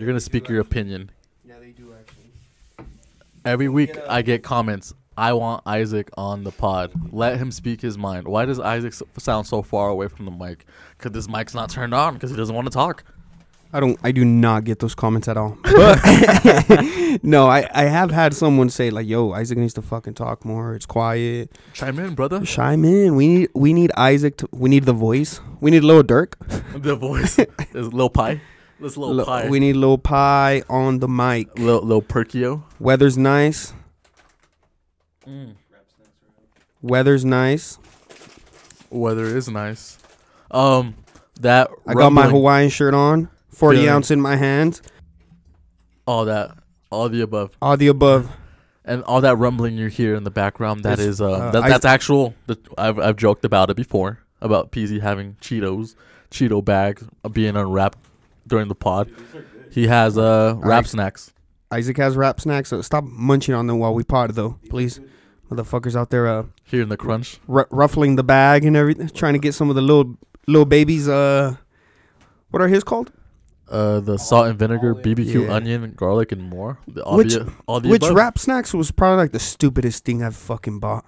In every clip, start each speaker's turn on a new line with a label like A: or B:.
A: You're gonna speak your opinion.
B: Yeah, they do actually.
A: Every week
B: Get a-
A: I get comments. I want Isaac on the pod. Let him speak his mind. Why does Isaac s- sound so far away from the mic? Because this mic's not turned on. Because he doesn't want to talk.
B: I don't. I do not get those comments at all. no, I, I have had someone say like, "Yo, Isaac needs to fucking talk more. It's quiet.
A: Chime in, brother.
B: Chime in. We need we need Isaac. To, we need the voice. We need Lil Dirk.
A: the voice is Lil Pie. This Lil,
B: Lil-
A: Pie.
B: We need Lil Pie on the mic.
A: Lil Lil Perkio.
B: Weather's nice.
A: Mm.
B: Weather's nice.
A: Weather is nice. Um, that
B: I got my
A: rumbling-
B: Hawaiian shirt on. Forty
A: Feeling-
B: ounce in my hand.
A: all that, all the above,
B: All the above.
A: and all that rumbling you hear in the background. That
B: It's,
A: is, um,
B: uh,
A: that,
B: I-
A: that's actual. The, I've I've joked about it before about PZ having Cheetos, Cheeto bags uh, being unwrapped during the pod. He has uh wrap
B: I-
A: snacks.
B: Isaac has wrap snacks. So stop munching on them while we pod, though, please. Motherfuckers out there, uh,
A: Here in the crunch,
B: r- ruffling the bag and everything, trying to get some of the little little babies. Uh, what are his called?
A: uh, the salt and vinegar, BBQ,
B: Yeah.
A: onion, garlic, and more. The, all
B: Which-
A: the, all the
B: Which
A: above.
B: wrap snacks was probably like the stupidest thing I've fucking bought.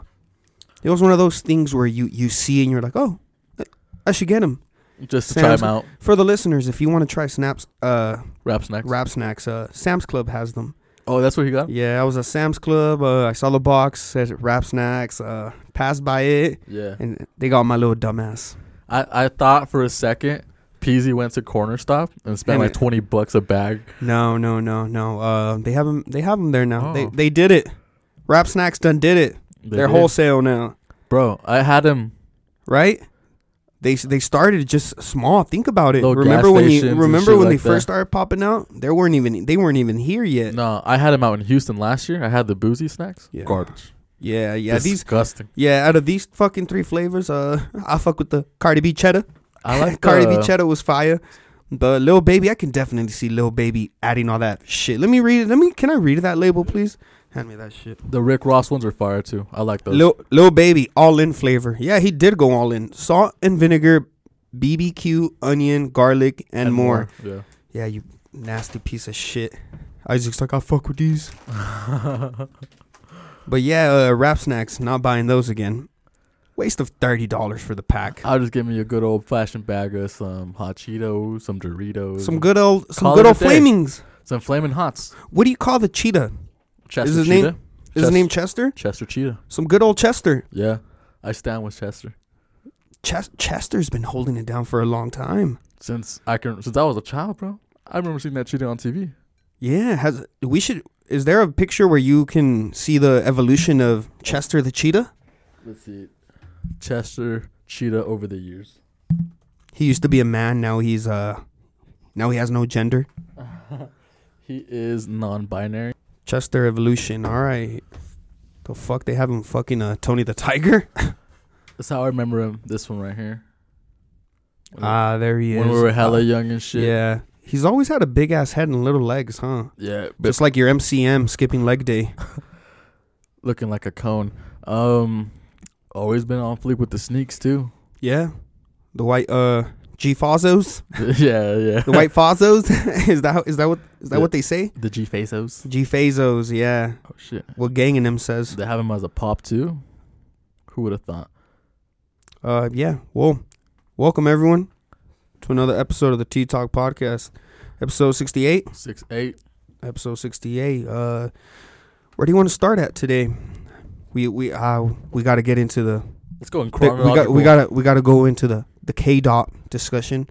B: It was one of those things where you you see and you're like, oh, I- I should get them.
A: just to try
B: Sam's-
A: them out.
B: For the listeners, if you want to try snaps, uh,
A: Wrap snacks.
B: wrap snacks, uh, Sam's Club has them.
A: Oh, that's what he got.
B: Yeah, I was at Sam's Club. Uh, I saw the box said wrap snacks. Uh, passed by it
A: Yeah.
B: and they got my little dumbass.
A: I, I thought for a second Peasy went to Corner Stop and spent
B: And
A: like
B: it-
A: twenty bucks a bag.
B: No, no, no, no. Uh, they have them. They have 'em there now. They
A: Oh.
B: they did it. Rap Snacks done did it.
A: They
B: They're
A: did.
B: wholesale now,
A: bro. I had him.
B: right? They s- they started just small. Think about it.
A: Little gas
B: remember when
A: stations
B: you
A: and
B: remember
A: shit
B: when they
A: like that.
B: first started popping out? They weren't even they weren't even here yet.
A: No, I had him out in Houston last year. I had the boozy snacks.
B: Yeah.
A: Garbage.
B: Yeah, yeah. These
A: disgusting.
B: yeah. Out of these fucking three flavors, uh, I fuck with the Cardi B cheddar.
A: I like
B: Cardi
A: the,
B: B cheddar was fire. The Lil Baby, I can definitely see Lil Baby adding all that shit. Let me read it. Let me. Can I read that label, please? Hand me that shit.
A: The Rick Ross ones are fire too. I like those.
B: Lil, Lil Baby, all in flavor. Yeah, he did go all in. Salt and vinegar, BBQ, onion, garlic, and, more.
A: more.
B: Yeah, you nasty piece of shit. Isaac's like, I fuck with these.
A: Yeah.
B: But yeah, uh, wrap snacks, not buying those again. Waste of $30 for the pack.
A: I'll just give me a good old fashioned bag of some hot Cheetos, some Doritos,
B: Some good old, some
A: Call
B: good
A: it a
B: old
A: day.
B: flamings.
A: some flaming hots.
B: What do you call the cheetah?
A: Chester
B: his name-
A: Cheetah.
B: Is his
A: Chester-
B: name Chester?
A: Chester Cheetah.
B: Some good old Chester.
A: Yeah, I stand with Chester
B: Ches- Chester's been holding it down for a long time.
A: since I can since I was a child, bro. I remember seeing that Cheetah on TV.
B: Yeah, has we should. Is there a picture where you can see the evolution of Chester the cheetah?
A: Let's see. Chester Cheetah over the years.
B: He used to be a man. Now he's uh, now he has no gender.
A: He is non-binary.
B: Chester evolution. All right. The fuck they have him fucking uh, Tony the Tiger?
A: That's how I remember him. This one right here. When-
B: Ah, there he is. Ah,
A: when we were hella young and shit.
B: Uh, Yeah, he's always had a big ass head and little legs, huh?
A: Yeah, but
B: Just like your MCM skipping leg day.
A: looking like a cone. Um, always been on fleek with the sneaks too.
B: Yeah, the white uh G Fazos,
A: yeah, yeah.
B: the white Fazos. is that is that what is that
A: Yeah.
B: what they say?
A: The G Fasos.
B: G Fazos. Yeah,
A: Oh shit.
B: what gang in them says.
A: They have him as a pop too. Who would have thought?
B: Uh, yeah. Well, welcome everyone to another episode of the Tea Talk podcast, episode sixty-eight.
A: Six eight.
B: Episode sixty-eight. Uh, where do you want to start at today? We we uh we got to get into the
A: Let's go in
B: we got
A: chronological.
B: we got to we got to go into the the K dot discussion.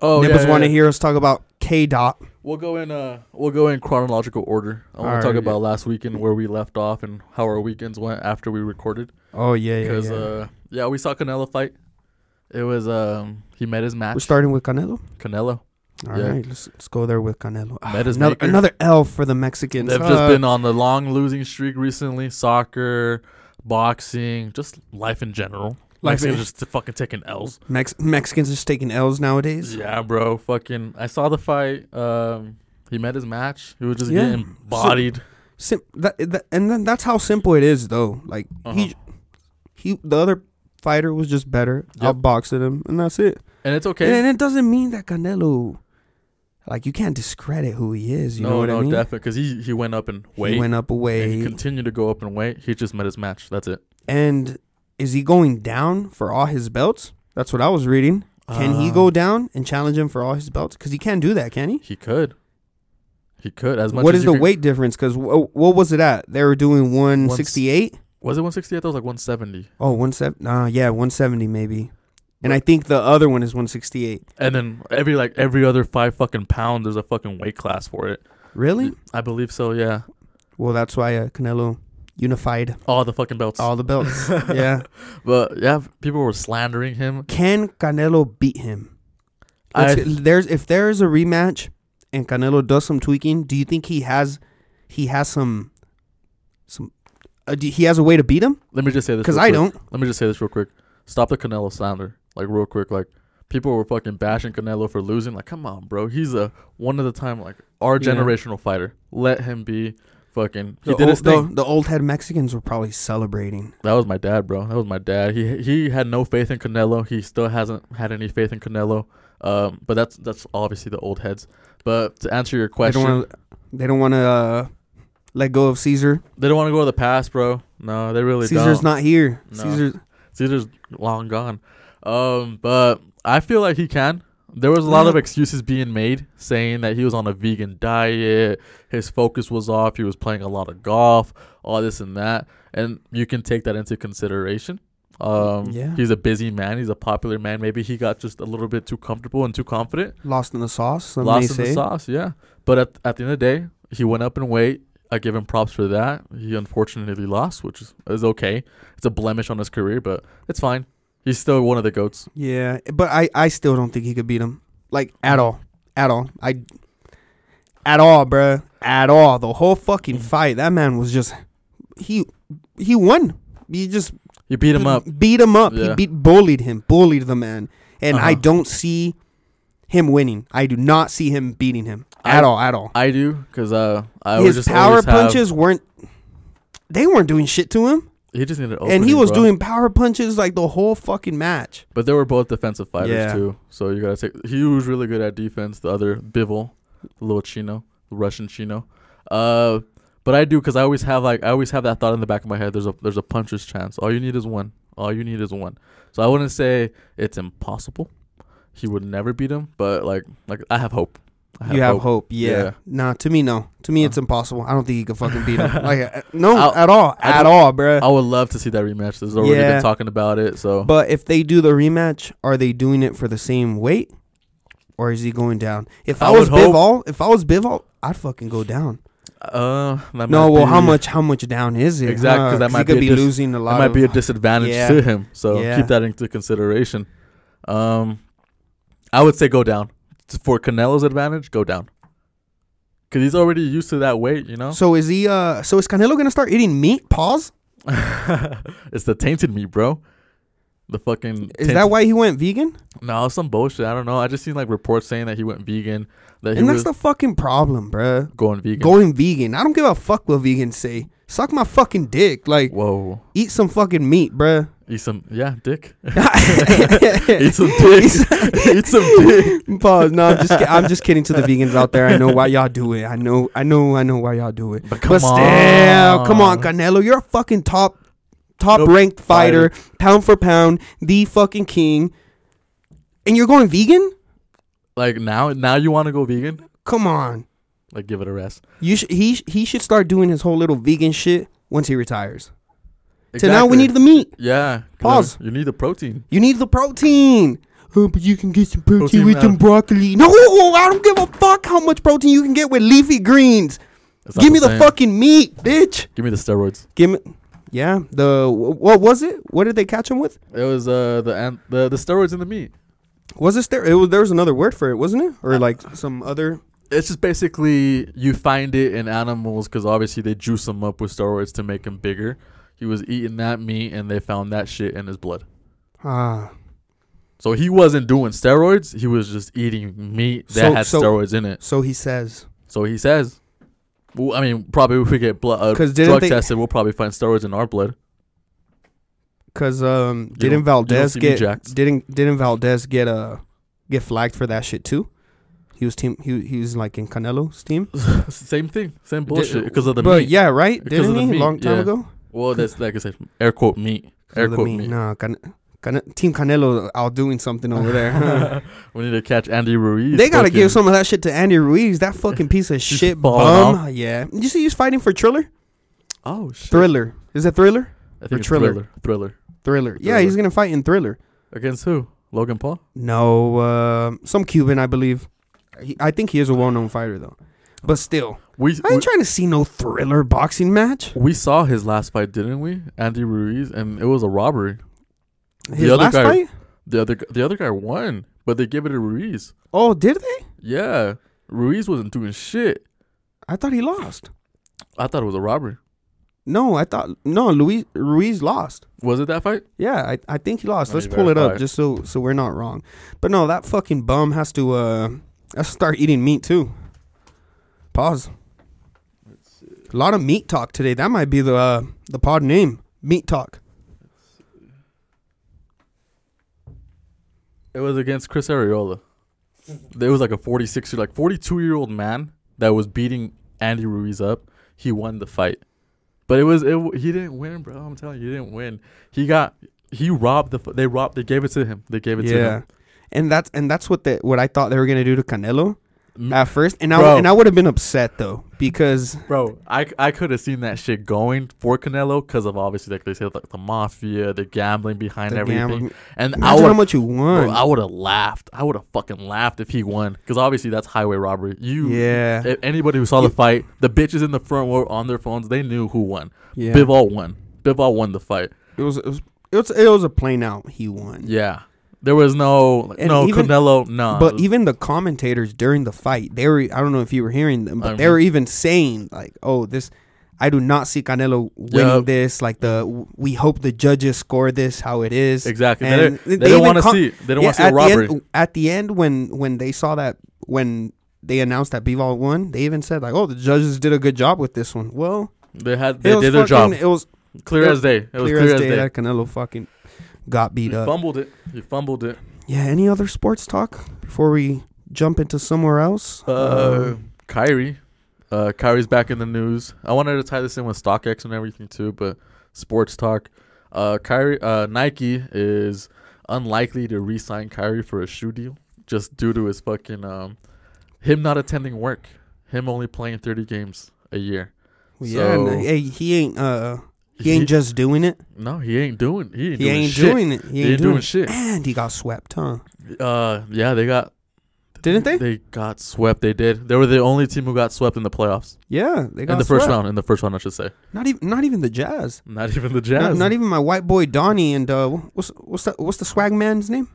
A: Oh,
B: Nippers
A: yeah, yeah,
B: want to
A: yeah.
B: hear us talk about K dot.
A: We'll go in. Uh, we'll go in chronological order. I want
B: Alright,
A: to talk
B: yeah.
A: about last weekend where we left off and how our weekends went after we recorded.
B: Oh yeah yeah
A: Because
B: yeah.
A: uh, yeah, we saw Canelo fight. It was um he met his match.
B: We're starting with Canelo.
A: Canelo.
B: All
A: Yeah.
B: right, let's, let's go there with Canelo. Ah,
A: Meta's
B: another,
A: maker.
B: another L for the Mexicans.
A: They've
B: Uh,
A: just been on the long losing streak recently. Soccer, boxing, just life in general.
B: Life
A: Life
B: in-
A: is just fucking taking L's.
B: Mex- Mexicans are just taking L's nowadays.
A: Yeah, bro. Fucking. I saw the fight. Um, he met his match. He was just
B: Yeah.
A: getting bodied.
B: Sim- that, that, and then that's how simple it is, though. Like
A: Uh-huh.
B: he, he, the other fighter was just better,
A: Yep.
B: outboxing him, and that's it.
A: and it's okay.
B: And it doesn't mean that Canelo like you can't discredit who he is. You
A: no,
B: know what
A: no,
B: I mean?
A: definitely, because he he went up and weight,
B: He went up
A: and he
B: away,
A: continued to go up and weight. He just met his match. That's it.
B: and is he going down for all his belts? That's what I was reading. Can he
A: Uh,
B: go down and challenge him for all his belts? Because he can't do that, can he?
A: He could. He could. As much.
B: What
A: as
B: is
A: you
B: the
A: could-
B: weight difference? Because what was it at? They were doing 168?
A: Was it 168? That was like 170.
B: Oh, 170. Nah, yeah, 170 maybe. And I think the other one is 168.
A: And then every like every other five fucking pound, there's a fucking weight class for it.
B: Really?
A: I believe so. Yeah.
B: Well, that's why uh, Canelo unified
A: All the fucking belts.
B: all the belts. yeah.
A: But yeah, people were slandering him.
B: Can Canelo beat him?
A: I-
B: Let's- there's if there is a rematch and Canelo does some tweaking, do you think he has he has some some uh, do, he has a way to beat him?
A: Let me just say this.
B: Because
A: real
B: I
A: quick.
B: don't.
A: Let me just say this real quick. Stop the Canelo slander. Like real quick. Like people were fucking bashing Canelo for losing. Like come on, bro. He's a one at a time like our
B: Yeah.
A: generational fighter. Let him be fucking. He
B: The
A: did
B: old,
A: his thing.
B: The, the old head Mexicans were probably celebrating.
A: That was my dad, bro. That was my dad. He he had no faith in Canelo. He still hasn't had any faith in Canelo. Um, but that's that's obviously the old heads. But to answer your question,
B: They don't want to. They don't want to uh, let go of Caesar.
A: to go to the past, bro. No, they really
B: Caesar's
A: don't.
B: not here.
A: No.
B: Caesar's
A: Caesar's long gone. Um, but I feel like he can. There was a lot of excuses being made, saying that he was on a vegan diet, his focus was off, he was playing a lot of golf, all this and that, and you can take that into consideration. Um,
B: Yeah.
A: he's a busy man, he's a popular man. Maybe he got just a little bit too comfortable and too confident,
B: lost in the sauce. Some may
A: lost in
B: say.
A: the sauce. Yeah, but at at the end of the day, he went up in weight. I give him props for that. He unfortunately lost, which is, is okay. It's a blemish on his career, but it's fine. He's still one of the goats.
B: Yeah, but I, I still don't think he could beat him. Like at all, at all. I at all, bruh. At all. The whole fucking
A: Mhm.
B: fight. That man was just he he won. He just
A: You beat him up.
B: Beat him up.
A: Yeah.
B: He beat bullied him. Bullied the man. And I
A: Uh-huh.
B: don't see him winning. I do not see him beating him at
A: I-
B: all. At all.
A: I do because uh, I was
B: his
A: just
B: power
A: always have-
B: punches weren't they weren't doing shit to him
A: He just needed
B: and he
A: opening,
B: was
A: bro.
B: doing power punches like the whole fucking match
A: But they were both defensive fighters
B: Yeah.
A: too. So you gotta take. He was really good at defense. The other Bivol, the little Chino, the Russian Chino. Uh, but I do because I always have like I always have that thought in the back of my head. There's a there's a puncher's chance. All you need is one. All you need is one. So I wouldn't say it's impossible. He would never beat him, but like like I have hope. I
B: you have hope, yeah.
A: Yeah.
B: nah to me no to me it's
A: Uh.
B: impossible i don't think he could fucking beat him like uh, no
A: I'll-
B: at all
A: I
B: at
A: don't-
B: all bruh
A: I would love to see that rematch. There's already
B: Yeah.
A: been talking about it. So
B: but if they do the rematch are they doing it for the same weight or is he going down if
A: I
B: i, was
A: would hope-
B: bivol if i was bivol i'd fucking go down
A: uh, that
B: no
A: might
B: well
A: be-
B: how much how much down is it
A: Exact- 'cause that
B: he
A: might be
B: could
A: a
B: be,
A: dis-
B: losing a lot
A: it might
B: of,
A: be a disadvantage
B: Yeah.
A: to him. So
B: Yeah.
A: keep that into consideration. Um, I would say go down for Canelo's advantage. Go down because he's already used to that weight. You know,
B: so is he uh so is canelo gonna start eating meat pause
A: it's the tainted meat, bro. The fucking
B: Is that why he went vegan?
A: No, some bullshit. I don't know. I just seen like reports saying that he went vegan. That he
B: And that's
A: was
B: the fucking problem, bruh.
A: going vegan.
B: Going vegan. I don't give a fuck what vegans say. Suck my fucking dick. Like,
A: Whoa,
B: eat some fucking meat, bruh.
A: eat some yeah, dick.
B: Eat
A: eat some dick. eat some dick.
B: Pause. No, I'm just, kid- I'm just kidding to the vegans out there. I know why y'all do it. I know, I know, I know why y'all do it.
A: But come
B: still, come on,
A: on.
B: Canelo. You're a fucking top, top
A: Nope.
B: ranked fighter, pound for pound, the fucking king. And you're going vegan?
A: Like now, now you want to go vegan?
B: Come on.
A: Like give it a rest.
B: You sh- he sh- he should start doing his whole little vegan shit once he retires. So now
A: Exactly.
B: we need the meat.
A: Yeah. 'cause
B: Pause.
A: You need the protein.
B: You need the protein. Oh, but you can get some protein,
A: Protein
B: with
A: now.
B: some broccoli. No, I don't give a fuck how much protein you can get with leafy greens.
A: It's not
B: Give me the
A: same.
B: fucking meat, bitch.
A: Give me the steroids.
B: Give me. Yeah, the wh- what was it? What did they catch him with?
A: It was uh the an- the the steroids in the meat.
B: Was it there? It was, there was another word for it, wasn't it? Or like some other.
A: It's just basically you find it in animals because obviously they juice them up with steroids to make them bigger. He was eating that meat and they found that shit in his blood.
B: Ah,
A: So he wasn't doing steroids. He was just eating meat that
B: So-
A: had
B: so-
A: steroids in it.
B: so he says.
A: So he says, well, I mean, probably if we get blood uh,
B: 'Cause didn't
A: drug
B: they-
A: tested, we'll probably find steroids in our blood.
B: Cause um,
A: don't- you
B: didn't
A: don't
B: Valdez
A: see me
B: get
A: jacked.
B: didn't didn't Valdez get uh get flagged for that shit too? He was team. He he was like in Canelo's team.
A: Same thing, same bullshit because of the
B: but
A: meat.
B: yeah, right?
A: Because of
B: Didn't
A: the
B: he?
A: meat,
B: Long time
A: yeah.
B: ago.
A: Well, that's like I said, air quote meat, air
B: Because of the
A: quote meat.
B: Nah, Can- Can- Team Canelo out doing something over there.
A: we need to catch Andy Ruiz.
B: they gotta give
A: fucking-
B: some of that shit to Andy Ruiz. That fucking piece of
A: Just
B: shit
A: balling
B: bum. Yeah. You see, he's fighting for Triller.
A: Oh shit!
B: Thriller. Is it Thriller?
A: I
B: or
A: think it's
B: Thriller.
A: thriller. thriller,
B: Thriller. Yeah,
A: Thriller.
B: he's gonna fight in Thriller.
A: against who? Logan Paul.
B: No, um some Cuban, I believe. He, I think he is a well-known fighter though. But still,
A: We
B: I
A: we,
B: ain't trying to see no Thriller boxing match.
A: we saw his last fight, didn't we? Andy Ruiz, and it was a robbery.
B: His
A: other
B: last
A: guy-
B: fight.
A: The other gu- the other guy won, but they gave it to Ruiz.
B: Oh, did they?
A: Yeah, Ruiz wasn't doing shit.
B: I thought he lost.
A: I thought it was a robbery.
B: No, I thought no. Luis Ruiz lost.
A: Was it that fight?
B: Yeah, I, I think he lost.
A: Let
B: Let's
A: me
B: pull it up
A: verify.
B: just so so we're not wrong. But no, that fucking bum has to uh has to start eating meat too. Pause. A lot of meat talk today. That might be the uh, the pod name. Meat talk.
A: It was against Chris Areola. There was like a 46 year, like 42 year old man that was beating Andy Ruiz up. He won the fight, but it was it, w- he didn't win, bro. I'm telling you, he didn't win. He got he robbed the f- they robbed they gave it to him. They gave it to
B: Yeah.
A: him.
B: And that's and that's what the what I thought they were gonna do to Canelo
A: M-
B: at first. And
A: Mm-hmm. Bro.
B: I and I would have been upset though because
A: Bro, I, c- I could have seen that shit going for Canelo because of obviously like they said like the mafia, the gambling behind
B: the
A: everything,
B: gambling-
A: and I
B: imagine how
A: would
B: much you won.
A: bro, I would have laughed. I would have fucking laughed if he won because obviously that's highway robbery. You
B: yeah.
A: If anybody who saw the fight, the bitches in the front were on their phones. They knew who won.
B: yeah.
A: Bivol won. Bivol won the fight.
B: It was it was it was it was a plain out he won.
A: Yeah, there was no
B: And
A: no
B: even-
A: Canelo. No,
B: But e even the commentators during the fight, they were I don't know if you were hearing them, but
A: I
B: they were even saying like, "Oh, this I do not see Canelo winning
A: Yup.
B: this. Like the we hope the judges score this how it is."
A: exactly,
B: and
A: they, they
B: they
A: don't
B: even
A: want to
B: con-
A: see. They don't
B: Yeah,
A: want to see a
B: at
A: robbery.
B: The end, at the end, when when they saw that when they announced that Bivol won, they even said like, "Oh, the judges did a good job with this one." Well,
A: they had
B: it
A: they
B: was
A: did their job.
B: fucking- It was
A: clear
B: it-
A: as day. It was
B: clear as day that Canelo fucking got
A: He
B: beat up.
A: fumbled it. He fumbled it.
B: Yeah. Any other sports talk before we jump into somewhere else? Um,
A: Uh, Kyrie, uh, Kyrie's back in the news. I wanted to tie this in with StockX and everything too, but sports talk. Uh, Kyrie, uh, Nike is unlikely to re-sign Kyrie for a shoe deal just due to his fucking um, him not attending work, him only playing thirty games a year.
B: Well, Yeah, no,
A: So-
B: hey, he ain't uh he ain't just doing it.
A: no, he ain't doing. He ain't
B: He
A: doing
B: ain't
A: shit.
B: doing it.
A: He
B: He
A: ain't,
B: ain't
A: doing,
B: doing it.
A: shit.
B: And he got swept, huh?
A: Uh, yeah, they got.
B: Didn't they?
A: They got swept. They did. They were the only team who got swept in the playoffs.
B: Yeah, they got
A: in the first
B: swept.
A: round. In the first round, I should say.
B: Not even not even the Jazz.
A: Not even the
B: Not-
A: Jazz.
B: Not, e- even my white boy Donnie and uh what's what's that what's the swag man's name?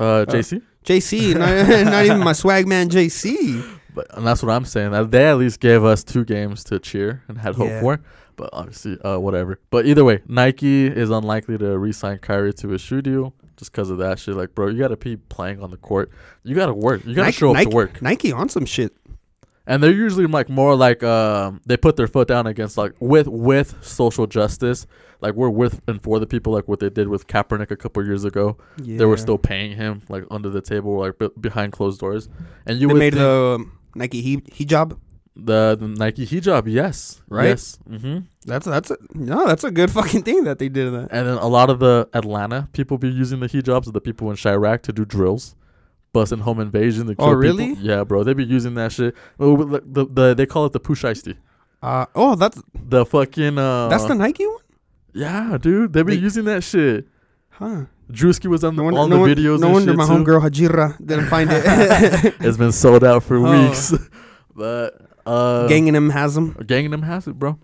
A: Uh, JC.
B: JC. not, not even my swag man JC.
A: But and that's what I'm saying. Uh, They at least gave us two games to cheer and had hope
B: Yeah.
A: for. But obviously, uh, whatever. But either way, Nike is unlikely to re-sign Kyrie to a shoe deal just because of that shit. Like, bro, you gotta be playing on the court. You gotta work. You gotta
B: Nike-
A: show up
B: Nike,
A: to work.
B: Nike on some shit.
A: And they're usually like more like um, they put their foot down against like with with social justice. Like we're with and for the people. Like what they did with Kaepernick a couple years ago.
B: Yeah.
A: They were still paying him like under the table, like b- behind closed doors. And you
B: They
A: would
B: made
A: think-
B: the um, Nike he hijab.
A: The, the Nike hijab, yes,
B: Right?
A: Yes. hmm
B: That's that's a, no, that's a good fucking thing that they did that.
A: And then a lot of the Atlanta people be using the hijabs, the people in Chirac to do drills, busting home invasion. To kill
B: Oh,
A: people.
B: really?
A: Yeah, bro, they be using that shit. Oh, but like, The, the, they call it the pushiesty.
B: Uh, oh, that's
A: The fucking uh,
B: that's the Nike one,
A: yeah, dude. They be
B: They-
A: using that shit.
B: huh?
A: Drewski was on the,
B: No wonder,
A: on
B: no
A: the
B: won-
A: videos.
B: no
A: and
B: wonder
A: shit
B: my
A: too.
B: homegirl Hajira didn't find it.
A: It's been sold out for
B: Oh.
A: weeks, but uh,
B: Gangnam has them.
A: Gangnam has it, bro.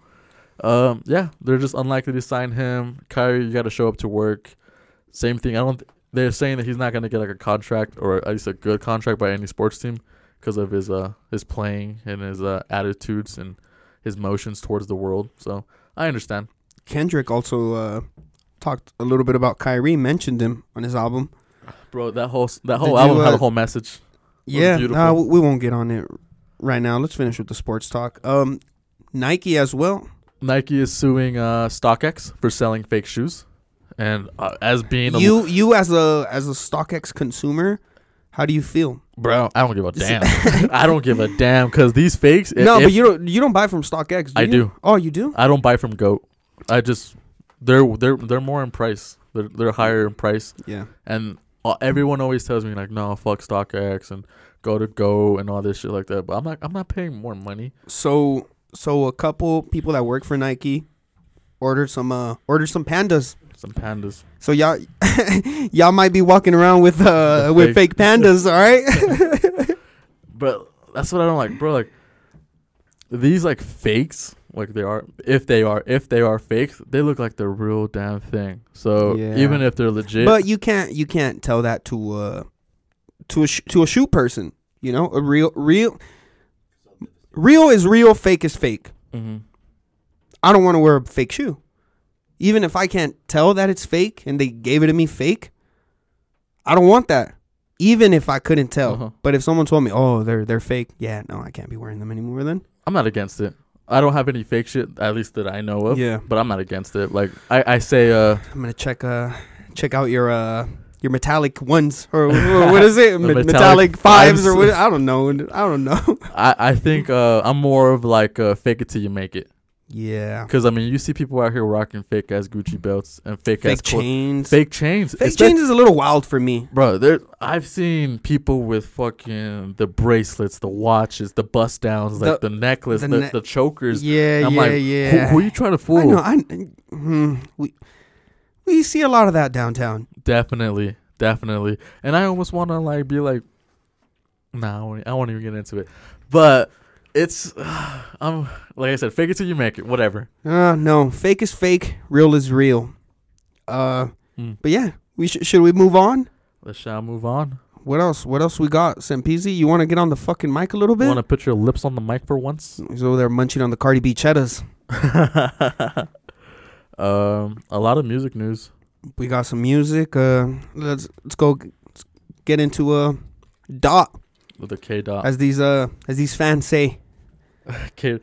A: Um, yeah, they're just unlikely to sign him. Kyrie, you got to show up to work. Same thing. I don't. Th- they're saying that he's not going to get like a contract or at least a good contract by any sports team because of his uh his playing and his uh attitudes and his motions towards the world. So I understand.
B: Kendrick also uh, talked a little bit about Kyrie, mentioned him on his album.
A: Bro, that whole s- that whole
B: Did you,
A: album had
B: uh,
A: a whole message. was
B: Yeah,
A: beautiful.
B: nah, we we won't get on it right now. Let's finish with the sports talk. Um, Nike as well.
A: Nike is suing uh StockX for selling fake shoes, and uh, as being a
B: You you as a as a StockX consumer How do you feel?
A: bro. I don't give a damn. I don't give a damn because these fakes. i-
B: no,
A: if-
B: but you don't you don't buy from StockX. Do
A: I
B: you?
A: do.
B: Oh, you do?
A: I don't buy from Goat. I just they're they're they're more in price. They're they're higher in price,
B: Yeah.
A: and uh, everyone always tells me like, no, fuck StockX and go to Go and all this shit like that. But I'm not I'm not paying more money.
B: So so a couple people that work for Nike ordered some uh ordered some pandas.
A: Some pandas.
B: So y'all y'all might be walking around with uh
A: The
B: with
A: fake-
B: fake pandas, all right?
A: But that's what I don't like, bro. Like these like fakes, like they are if they are if they are fakes, they look like the real damn thing. So
B: Yeah.
A: even if they're legit,
B: but you can't you can't tell that to uh to a sh- to a shoe person, you know? A real real real is real, fake is fake.
A: Mhm.
B: I don't want to wear a fake shoe. Even if I can't tell that it's fake and they gave it to me fake, I don't want that. Even if I couldn't tell.
A: Uh-huh.
B: But if someone told me, "Oh, they're they're fake." Yeah, no, I can't be wearing them anymore then.
A: I'm not against it. I don't have any fake shit, at least that I know of.
B: Yeah.
A: But I'm not against it. Like I, I say, uh,
B: I'm going to check uh check out your uh your metallic ones or, or what is it?
A: The
B: Me- metallic,
A: metallic
B: fives or
A: fives.
B: what? I don't know. I don't know.
A: I, I think uh, I'm more of like uh, fake it till you make it.
B: yeah.
A: Cause I mean, you see people out here rocking fake ass Gucci belts and fake, ass
B: Fake
A: clo-
B: chains. Fake,
A: fake chains. Espe-
B: chains is a little wild for me.
A: bro. There, I've seen people with fucking the bracelets, the watches, the bust downs, like the necklace,
B: the
A: the,
B: ne-
A: the chokers.
B: Yeah,
A: I'm
B: yeah,
A: like,
B: yeah.
A: Who, who you trying to fool?
B: I know. I hmm, we we see a lot of that downtown.
A: Definitely, definitely. And I almost want to like be like, nah, I won't, I won't even get into it. But it's, I'm like I said, fake it till you make it. Whatever.
B: Uh no, fake is fake, real is real. Uh,
A: Mm.
B: but yeah, we should should we move on?
A: Let's shall move on.
B: What else? What else we got? Sempezi, you want to get on the fucking mic a little bit?
A: Want to put your lips on the mic for once?
B: He's over there munching on the Cardi B cheddars.
A: um, a lot of music news.
B: We got some music. Uh, let's let's go g- let's get into uh dot
A: With the K dot.
B: as these uh as these fans say.
A: K,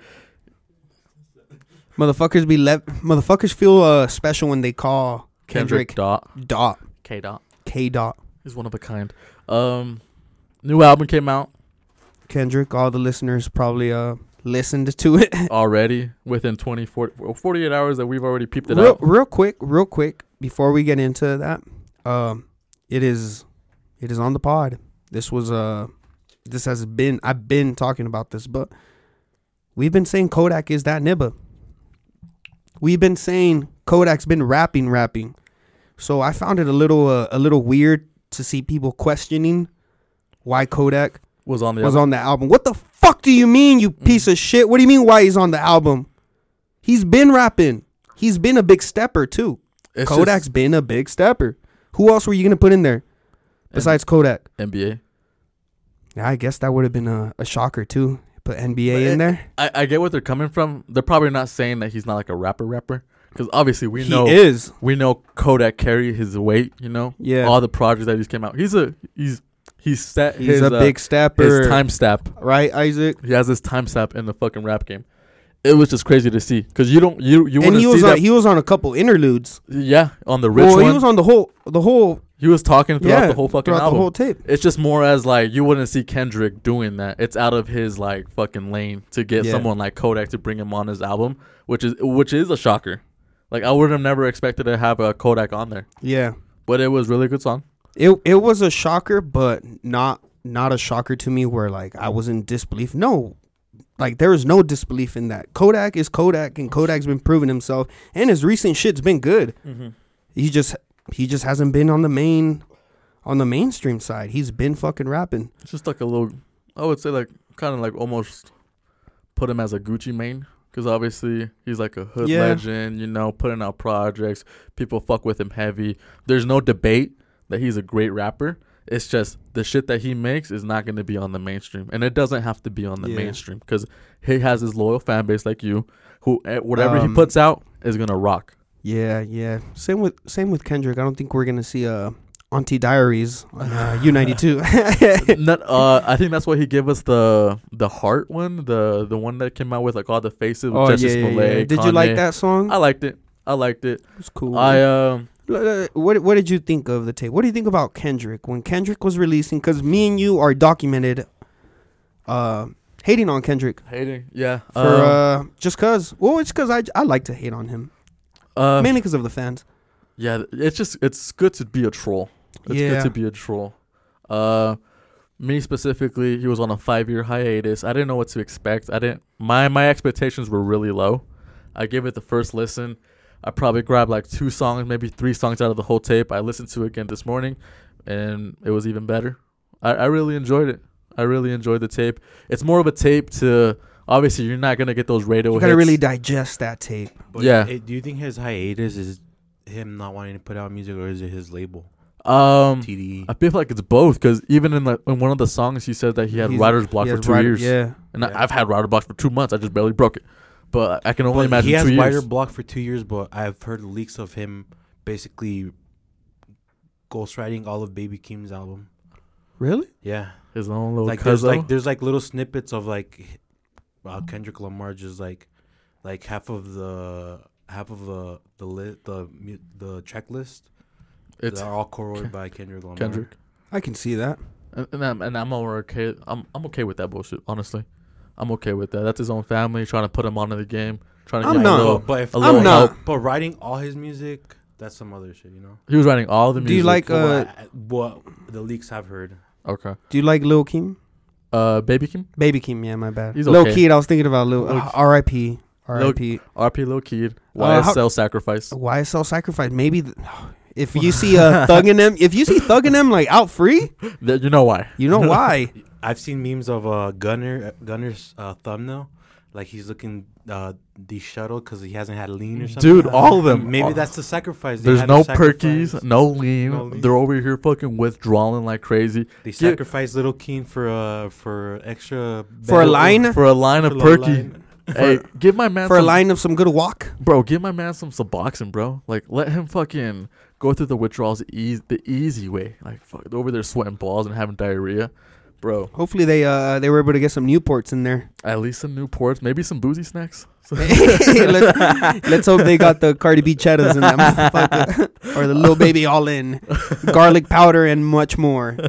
B: Motherfuckers be le- motherfuckers feel uh special when they call
A: Kendrick,
B: Kendrick.
A: dot.
B: dot
A: K dot.
B: K dot
A: He's one of a kind. Um, new album came out
B: Kendrick. All the listeners probably uh listened to it.
A: already within 20, 40 48 hours that we've already peeped it
B: real,
A: out.
B: real quick, real quick, before we get into that, um, it is, it is on the pod. This was uh, this has been I've been talking about this, but we've been saying Kodak is that nibba. We've been saying Kodak's been rapping, rapping. So I found it a little uh, a little weird to see people questioning why Kodak
A: Was on the
B: was on the album. What the fuck do you mean,
A: Mm.
B: you piece of shit? What do you mean why he's on the album? He's been rapping. He's been a big stepper too.
A: It's just
B: Kodak's been a big stepper. Who else were you gonna put in there besides Kodak?
A: NBA.
B: Yeah, I guess that would have been a, a shocker too. Put NBA
A: But
B: in
A: it-
B: there.
A: I, I get what they're coming from. They're probably not saying that he's not like a rapper rapper because obviously we
B: He
A: know
B: is.
A: we know Kodak carry his weight. You know,
B: Yeah.
A: all the projects that he's came out. He's a he's he's set
B: He's
A: his
B: a
A: uh,
B: big stepper.
A: his time stamp.
B: right, Isaac?
A: He has his time stamp in the fucking rap game. It was just crazy to see because you don't you you
B: and
A: want to
B: he
A: see
B: was on,
A: that
B: he was on a couple interludes.
A: yeah on the rich
B: well,
A: one
B: he was on the whole the whole
A: talking throughout
B: yeah,
A: the whole fucking
B: throughout
A: album.
B: the whole tape.
A: it's just more as like you wouldn't see Kendrick doing that. It's out of his like fucking lane to get
B: Yeah.
A: someone like Kodak to bring him on his album, which is which is a shocker. Like I would have never expected to have a Kodak on there,
B: Yeah.
A: but it was really good song.
B: it it was a shocker, but not not a shocker to me where like I was in disbelief. No, like there is no disbelief in that. Kodak is Kodak, and Kodak's been proving himself, and his recent shit's been good. He just he just hasn't been on the main on the mainstream side. He's been fucking rapping.
A: It's just like a little, I would say like kind of like almost put him as a Gucci main because obviously he's like a hood
B: Yeah.
A: legend, you know, putting out projects. People fuck with him heavy. There's no debate that he's a great rapper. It's just the shit that he makes is not going to be on the mainstream, and it doesn't have to be on the
B: Yeah.
A: mainstream because he has his loyal fan base like you, who eh, whatever
B: Um,
A: he puts out is gonna rock.
B: Yeah, yeah. Same with same with Kendrick. I don't think we're gonna see uh Auntie Diaries on uh, U ninety two.
A: Not, uh, I think that's why he gave us the the heart one, the the one that came out with like all the faces. with
B: Oh yeah,
A: Justice
B: yeah, yeah.
A: Smollett,
B: Did you like
A: Kanye.
B: that song?
A: I liked it. I liked it.
B: It was cool.
A: I um
B: L- uh, What what did you think of the tape? What do you think about Kendrick when Kendrick was releasing? Because me and you are documented, uh, hating on Kendrick
A: Hating. Yeah.
B: for uh, just cause. Well, it's cause I I like to hate on him
A: uh, um,
B: mainly because of the fans.
A: yeah. th- It's just it's good to be a troll. It's
B: Yeah.
A: good to be a troll. Uh, me specifically, he was on a five-year hiatus. I didn't know what to expect. I didn't. My my expectations were really low. I gave it the first listen. I probably grabbed like two songs, maybe three songs out of the whole tape. I listened to it again this morning, and it was even better. I, I really enjoyed it. I really enjoyed the tape. It's more of a tape to obviously you're not gonna get those radio
B: You
A: hits.
B: gotta really digest that tape.
C: But
A: Yeah.
C: it- do you think his hiatus is him not wanting to put out music, or is it his label E?
A: um,
C: TDE?
A: I feel like it's both because even in the, in one of the songs, he said that he had
B: He's-
A: writer's block
B: He
A: for
B: has
A: two
B: writer-
A: years,
B: Yeah,
A: and I
C: Yeah.
A: I've had writer's block for two months. I just barely broke it, but I can only
C: But
A: imagine
C: he has
A: two
C: writer
A: years.
C: block for two years, but I've heard leaks of him basically ghostwriting all of Baby Keem's album.
B: really?
C: Yeah,
A: His own little
C: like there's
A: cousin.
C: like there's like little snippets of like uh, Kendrick Lamar just like like half of the half of the the lit the mu- the checklist.
B: Oh,
A: it's
C: they're all co-wrote by Kendrick Lamar.
A: Kendrick,
B: I can see that.
A: and, and I'm and I'm over okay. I'm I'm okay with that bullshit. Honestly, I'm okay with that. That's his own family trying to put him onto the game. Trying to
B: I'm
A: get a
B: not.
A: little-
C: But, but if
A: a little
B: I'm not.
A: help.
C: but writing all his music, that's some other shit, you know.
A: He was writing all the
B: Do
A: music.
B: you like-
C: From
B: Uh,
C: what, I- what the leaks I've heard.
A: Okay.
B: Do you like Lil Kim?
A: Uh, Baby Kim,
B: Baby Kim, yeah, my bad.
A: He's
B: Lil
A: okay.
B: Keed, I was thinking about Lil.
A: Lil-
B: uh, R.I.P. R.I.P.
A: RP Lil Kid,
B: Uh, how-
A: YSL Sacrifice.
B: YSL Sacrifice. Maybe th- if you see a thug in them, if you see thug in them like out free,
A: Th- you know why?
B: you know why?
C: I've seen memes of uh, Gunner Gunner's uh, thumbnail, like he's looking uh, disheveled because he hasn't had a lean or something.
A: Dude, all of them.
C: Maybe
A: All-
C: that's the sacrifice. They
A: There's
C: had to
A: no
C: sacrifice-
A: perkies, no lean.
C: No lean.
A: They're over here fucking withdrawing like crazy
C: They
A: Give-
C: sacrificed Little Keen for uh for extra
B: For a
C: better-
B: line,
A: for a line
C: for
A: of
C: the
A: perky.
C: line.
A: Hey, give my man
B: for a
A: some,
B: line of some good walk.
A: bro. Give my man some suboxone, bro. Like let him fucking go through the withdrawals eas the easy way. Like fuck, they're over there sweating balls and having diarrhea, bro.
B: Hopefully they uh they were able to get some Newports in there.
A: At least some new ports, maybe some boozy snacks.
B: let's, let's hope they got the Cardi B cheddars in that motherfucker. or the little baby all in, garlic powder and much more.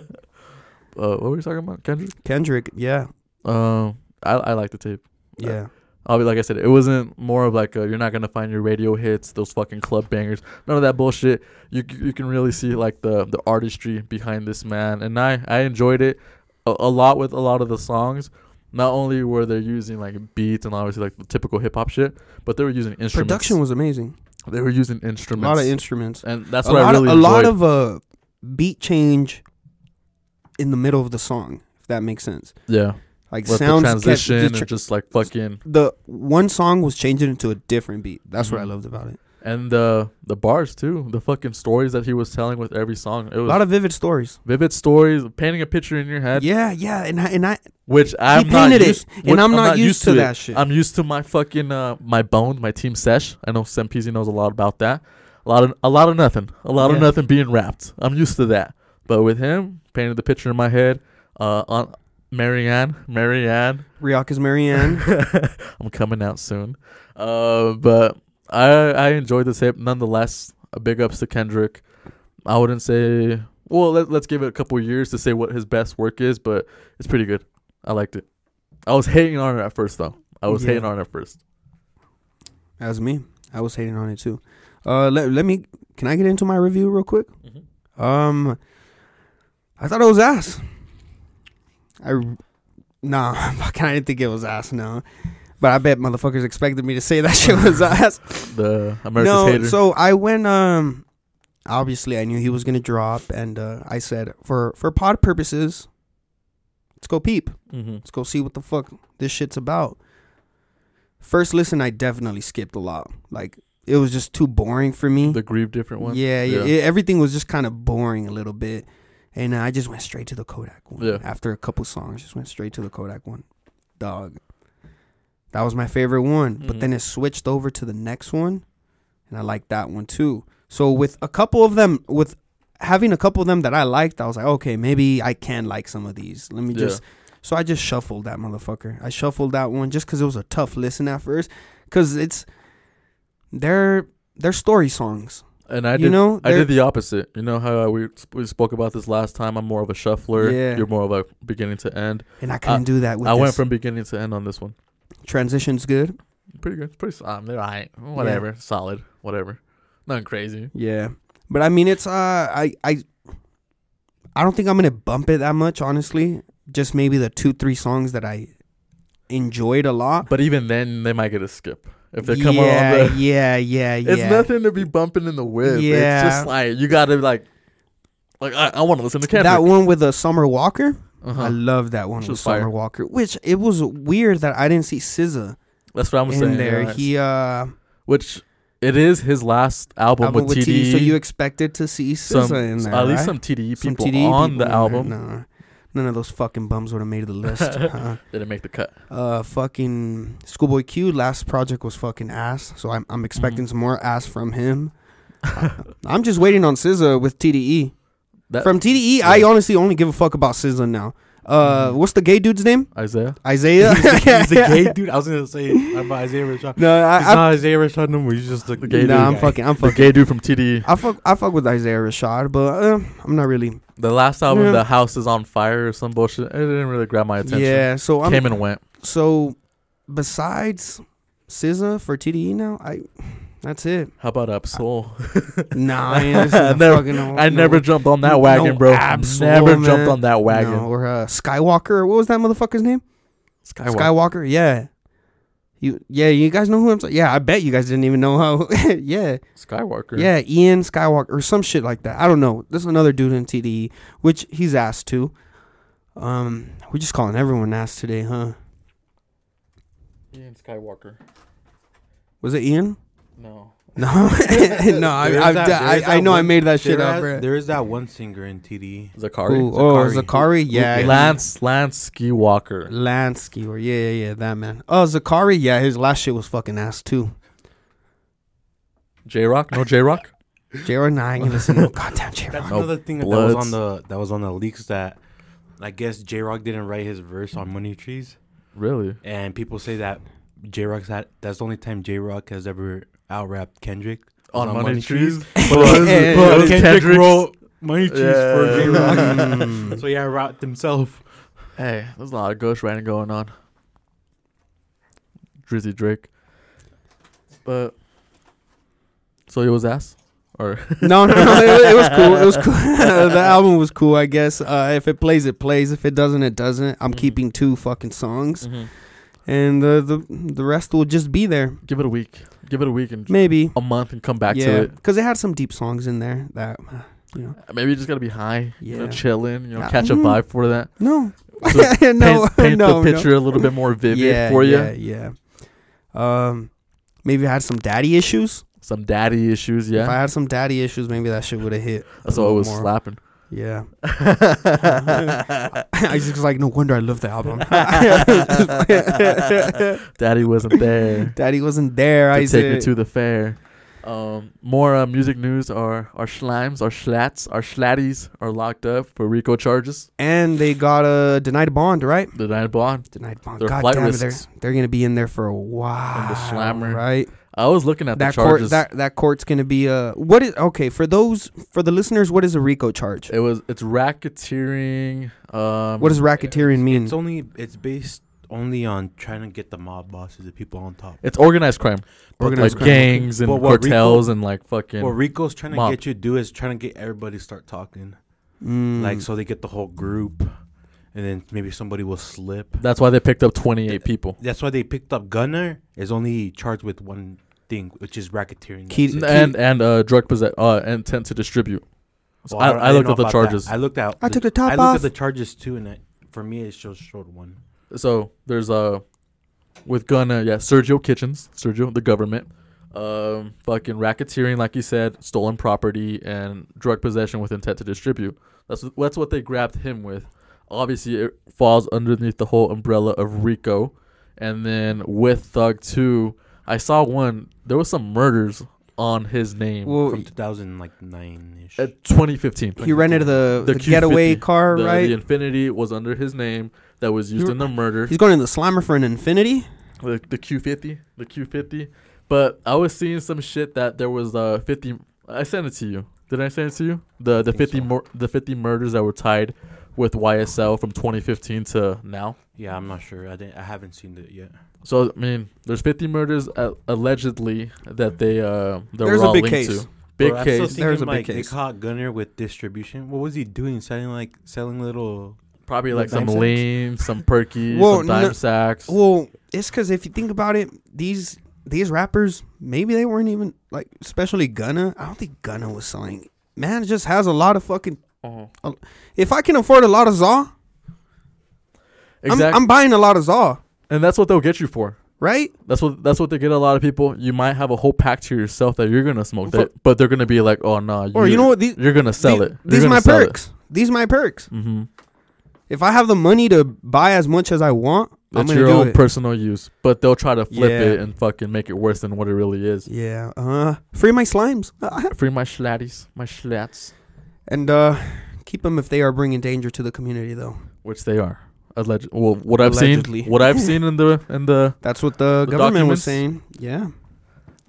A: Uh, what were we talking about, Kendrick?
B: Kendrick, yeah,
A: Um, I I like the tape.
B: yeah.
A: I'll be like I said, it wasn't more of like a, you're not gonna find your radio hits, those fucking club bangers, none of that bullshit. You c- you can really see like the the artistry behind this man, and I I enjoyed it a, a lot with a lot of the songs. Not only were they using like beats and obviously like the typical hip hop shit, but they were using instruments.
B: Production was amazing.
A: They were using
B: A
A: instruments.
B: lot of instruments.
A: and that's
B: a
A: what I
B: lot
A: really
B: of, a lot
A: enjoyed.
B: of uh, beat change in the middle of the song, if that makes sense.
A: yeah,
B: Like
A: with the
B: sounds kept-
A: transition
B: the, tr-
A: and just like fucking
B: the one song was changing into a different beat. That's what I
A: Mhm.
B: loved about it.
A: and the the bars too, the fucking stories that he was telling with every song. It
B: A
A: was
B: lot of vivid stories.
A: vivid stories, painting a picture in your head.
B: yeah, yeah, and I, and I
A: which I'm
B: he
A: not
B: painted
A: used,
B: it,
A: which
B: and I'm, not, used, to,
A: it.
B: that shit.
A: I'm used to my fucking uh, my bones, my team sesh. I know Sam Pizzi knows a lot about that. A lot of a lot of nothing, a lot
B: Yeah.
A: of nothing being wrapped. I'm used to that. But with him, painted the picture in my head. Uh, on Marianne, Marianne,
B: Riak is Marianne.
A: I'm coming out soon. Uh, but I I enjoyed the tape nonetheless. A big ups to Kendrick. I wouldn't say well. Let, let's give it a couple years to say what his best work is, but it's pretty good. I liked it. I was hating on it at first though. I was
B: Yeah.
A: hating on it at first.
B: As me, I was hating on it too. Uh, let let me. Can I get into my review real quick? Um, I thought it was ass. I r- nah, fucking, I didn't think it was ass. No, but I bet motherfuckers expected me to say that shit was ass.
A: The America's
B: no,
A: hater.
B: so I went. Um, obviously, I knew he was gonna drop, and uh, I said for for pod purposes, let's go peep.
A: mm-hmm.
B: Let's go see what the fuck this shit's about. First listen, I definitely skipped a lot. Like it was just too boring for me.
A: The grieve different one.
B: Yeah, yeah,
A: Yeah.
B: yeah, everything was just kind of boring a little bit, and uh, I just went straight to the Kodak one.
A: Yeah.
B: After a couple songs, just went straight to the Kodak one. Dog, that was my favorite one. But
A: Mhm.
B: then it switched over to the next one, and I liked that one too. So with a couple of them, with having a couple of them that I liked, I was like, okay, maybe I can like some of these. Let me
A: Yeah.
B: just. So I just shuffled that motherfucker. I shuffled that one just because it was a tough listen at first, because it's they're they're story songs
A: And I
B: You
A: did,
B: know,
A: I
B: there-
A: did the opposite. You know how we sp- we spoke about this last time. I'm more of a shuffler.
B: Yeah.
A: You're more of a beginning to end.
B: and I couldn't do that with.
A: I went
B: this.
A: from beginning to end on this one.
B: transitions good.
A: Pretty good. Pretty. s- Um, they're all right. Whatever. Solid. Whatever. Nothing crazy.
B: Yeah, but I mean, it's uh, I I I don't think I'm gonna bump it that much, honestly. Just maybe the two three songs that I enjoyed a lot.
A: But even then, they might get a skip if they
B: yeah,
A: come on. The,
B: yeah, yeah, yeah.
A: It's nothing to be bumping in the whip.
B: Yeah.
A: It's just like you gotta like, like I, I want to listen to Kendrick.
B: That one with uh, Summer Walker, I
A: uh-huh.
B: love that one
A: She
B: with
A: was fire.
B: Summer Walker. Which it was weird that I didn't see SZA
A: That's what I'm
B: in
A: saying.
B: there.
A: yeah.
B: He uh,
A: Which it is his last album
B: album
A: with,
B: with
A: TDE.
B: TD, so you expected to see SZA
A: some,
B: in there,
A: at least
B: right?
A: some TDE
B: Some
A: people
B: TDE
A: on
B: people
A: the
B: in there.
A: album.
B: Nah, none of those fucking bums would have made the list. huh?
A: Didn't make the cut.
B: uh fucking schoolboy q last project was fucking ass so i'm,
A: Mhm.
B: I'm expecting some more ass from him i'm just waiting on SZA with tde
A: That-
B: from tde i
A: yeah.
B: honestly only give a fuck about SZA now uh
A: Mhm.
B: what's the gay dude's name
A: Isaiah.
B: isaiah
C: he's, the, he's the gay dude. I was gonna say about Isaiah Rashad.
B: no i,
C: It's
B: I
C: not Isaiah Rashad no more. He's just the,
A: gay
B: nah,
A: dude.
B: i'm fucking i'm
A: The
B: fucking
A: gay dude from E. TDE.
B: I fuck, I fuck with Isaiah Rashad, but uh, I'm not really.
A: The last album,
B: Yeah.
A: The House is on Fire or some bullshit. It didn't really grab my attention.
B: Yeah, so I'm
A: Came and went.
B: so. Besides SZA for TDE now, I that's it.
A: How about Absol?
B: Nah, I, ain't listening
A: I
B: to
A: never,
B: fucking no-
A: I
B: no-
A: never jumped on that wagon,
B: no
A: bro.
B: Absol,
A: never
B: man.
A: jumped on that wagon.
B: No, or uh, Skywalker. What was that motherfucker's name?
A: Skywalker.
B: Skywalker. Yeah. You yeah, you guys know who I'm talking Yeah, I bet you guys didn't even know how. yeah.
A: Skywalker.
B: Yeah, Ian Skywalker or some shit like that. I don't know. There's another dude in TDE which he's asked to. Um, we're just calling everyone ass today, huh?
A: Ian Skywalker.
B: Was it Ian?
A: No.
B: No. no, I
C: There
B: I,
C: is that- there is
B: I, I
C: that
B: know I
C: one-
B: made that shit
C: there
B: up,
C: is-
B: bro.
C: There is that one singer in TDE.
A: Zakari.
B: Who? Oh, Zakari. Yeah.
A: Lance Lance Skywalker.
B: Lansky or yeah, yeah, yeah, that man. Oh, Zakari, yeah, his last shit was fucking ass too.
A: J Rock. No J Rock.
B: J-Rock, nah, I ain't gonna listen to no goddamn J-Rock.
C: That's
A: No
C: another thing that, that was
A: Bloods.
C: on the that was on the leaks that I guess J Rock didn't write his verse on Money Trees,
A: really?
C: and people say that J Rock's had that's the only time J Rock has ever out rapped Kendrick was
A: On, Money, Trees.
C: But,
B: Hey,
C: but
A: hey,
C: Kendrick
A: Kendrick's-
C: wrote Money Trees for J
A: Yeah.
C: Rock,
B: Mm.
C: so yeah, rapped himself.
A: Hey, there's a lot of ghostwriting going on. Drizzy Drake. But so it was ass? Or
B: no, no, no. It, it was cool. It was cool. the album was cool, I guess. Uh, if it plays, it plays. If it doesn't, it doesn't. I'm
A: Mhm.
C: Mm-hmm.
B: keeping two fucking songs, and uh, the the rest will just be there.
A: give it a week. Give it a week and
B: Maybe,
A: a month and come back
B: yeah,
A: to it.
B: because it had some deep songs in there that, uh, you know,
A: Maybe you just gotta be high, you know,
B: Yeah.
A: chilling, you know,
B: Uh,
A: catch
B: mhm.
A: a vibe for that.
B: no,
A: So
B: no,
A: paint paint the
B: no, no.
A: picture a little bit more vivid
B: yeah,
A: for you.
B: yeah, yeah. Um, maybe I had some daddy issues.
A: Some daddy issues,
B: If I
A: yeah.
B: had some daddy issues, maybe that shit would have hit. a
A: That's all it
B: little
A: was
B: more.
A: slapping.
B: Yeah. Isaac's like, no wonder I love the album.
A: Daddy wasn't there.
B: Daddy wasn't there.
A: to
B: Isaac.
A: take me to the fair. eh, Um, more uh, music news are our schlimes, our schlats, our schlatties are locked up for RICO charges.
B: and they got a denied bond, right?
A: The nine bond.
B: Denied bond.
A: They're
B: God
A: flight
B: damn it,
A: risks.
B: they're they're gonna be in there for a while.
A: the slammer.
B: right?
A: I was looking at
B: That
A: the
B: court,
A: charges.
B: that that court's gonna be uh What is okay for those for the listeners? What is a RICO charge?
A: it was it's racketeering. Um,
B: What does racketeering mean?
C: It's only it's based only on trying to get the mob bosses, the people on top.
A: It's organized crime,
B: Organized
A: like
B: crime.
A: gangs and
C: But what
A: cartels and like fucking.
C: What Rico's trying to
A: Mob.
C: get you to do is trying to get everybody to start talking.
B: Mm.
C: like so they get the whole group and then maybe somebody will slip
A: that's why they picked up 28 people.
C: that's why they picked up gunner is only charged with one thing which is racketeering
B: Key-
C: That's it.
A: and and uh, drug possess uh, intent to distribute. So
C: Well,
A: I, I,
C: didn't
A: looked
C: know
A: at the
C: about that.
A: charges.
C: i looked out
B: I took the top
C: i looked
B: off.
C: at the charges too and I, for me it just showed one
A: so there's uh with Gunna, yeah, Sergio Kitchens, Sergio, the government, um, fucking racketeering, like you said, stolen property and drug possession with intent to distribute. That's that's what they grabbed him with. Obviously, it falls underneath the whole umbrella of RICO, and then with Thug Two, I saw one. There was some murders on his name.
B: Well,
C: from 2009 ish
A: at 2015,
B: he rented the,
A: The
B: the, getaway
A: Q50,
B: car,
A: the,
B: right?
A: the Infinity was under his name that was used
B: You-
A: in the murder.
B: He's going in the slammer for an infinity.
A: the the Q50, the Q50. But I was seeing some shit that there was uh 50 I sent it to you. Did I send it to you? The the fifty mur- the fifty murders that were tied with YSL from 2015 to now.
C: Yeah, I'm not sure. I didn't. I haven't seen it yet.
A: So I mean, there's 50 murders uh, allegedly that they uh that
B: There's
A: were
B: a
A: all
B: big
A: linked
B: case.
A: to. Big
C: Bro, I'm still
A: case,
C: thinking,
B: There's a big
C: like,
B: case.
C: They caught Gunner with distribution. What was he doing? Selling like selling little.
A: probably like
C: Dime
A: some
C: sacks?
A: lean, some perky,
B: Well,
A: some dime
B: no-
A: sacks.
B: Well, it's because if you think about it, these these rappers maybe they weren't even like, especially Gunna. I don't think Gunna was selling. Man just has a lot of fucking.
A: Uh-huh.
B: If I can afford a lot of Zaw,
A: Exactly,
B: I'm, I'm buying a lot of Zaw,
A: and that's what they'll get you for.
B: right?
A: That's what that's what they get a lot of people. You might have a whole pack to yourself that you're gonna smoke, that, but they're gonna be like, "Oh no,
B: Or you know what? These
A: you're gonna sell
B: the-
A: it."
B: These my perks. These my perks.
A: Mm-hmm.
B: If I have the money to buy as much as I want, I'm
A: It's
B: gonna
A: your
B: do
A: own
B: it.
A: personal use, but they'll try to flip
B: Yeah.
A: it and fucking make it worse than what it really is.
B: yeah. Uh, free my slimes Uh,
A: Free my schlatties, my schlats,
B: and uh, keep them if they are bringing danger to the community, though.
A: which they are. Alleged. Well, what I've
B: Allegedly.
A: seen, what I've seen in the in the,
B: That's what the,
A: The
B: government
A: documents?
B: was saying. Yeah,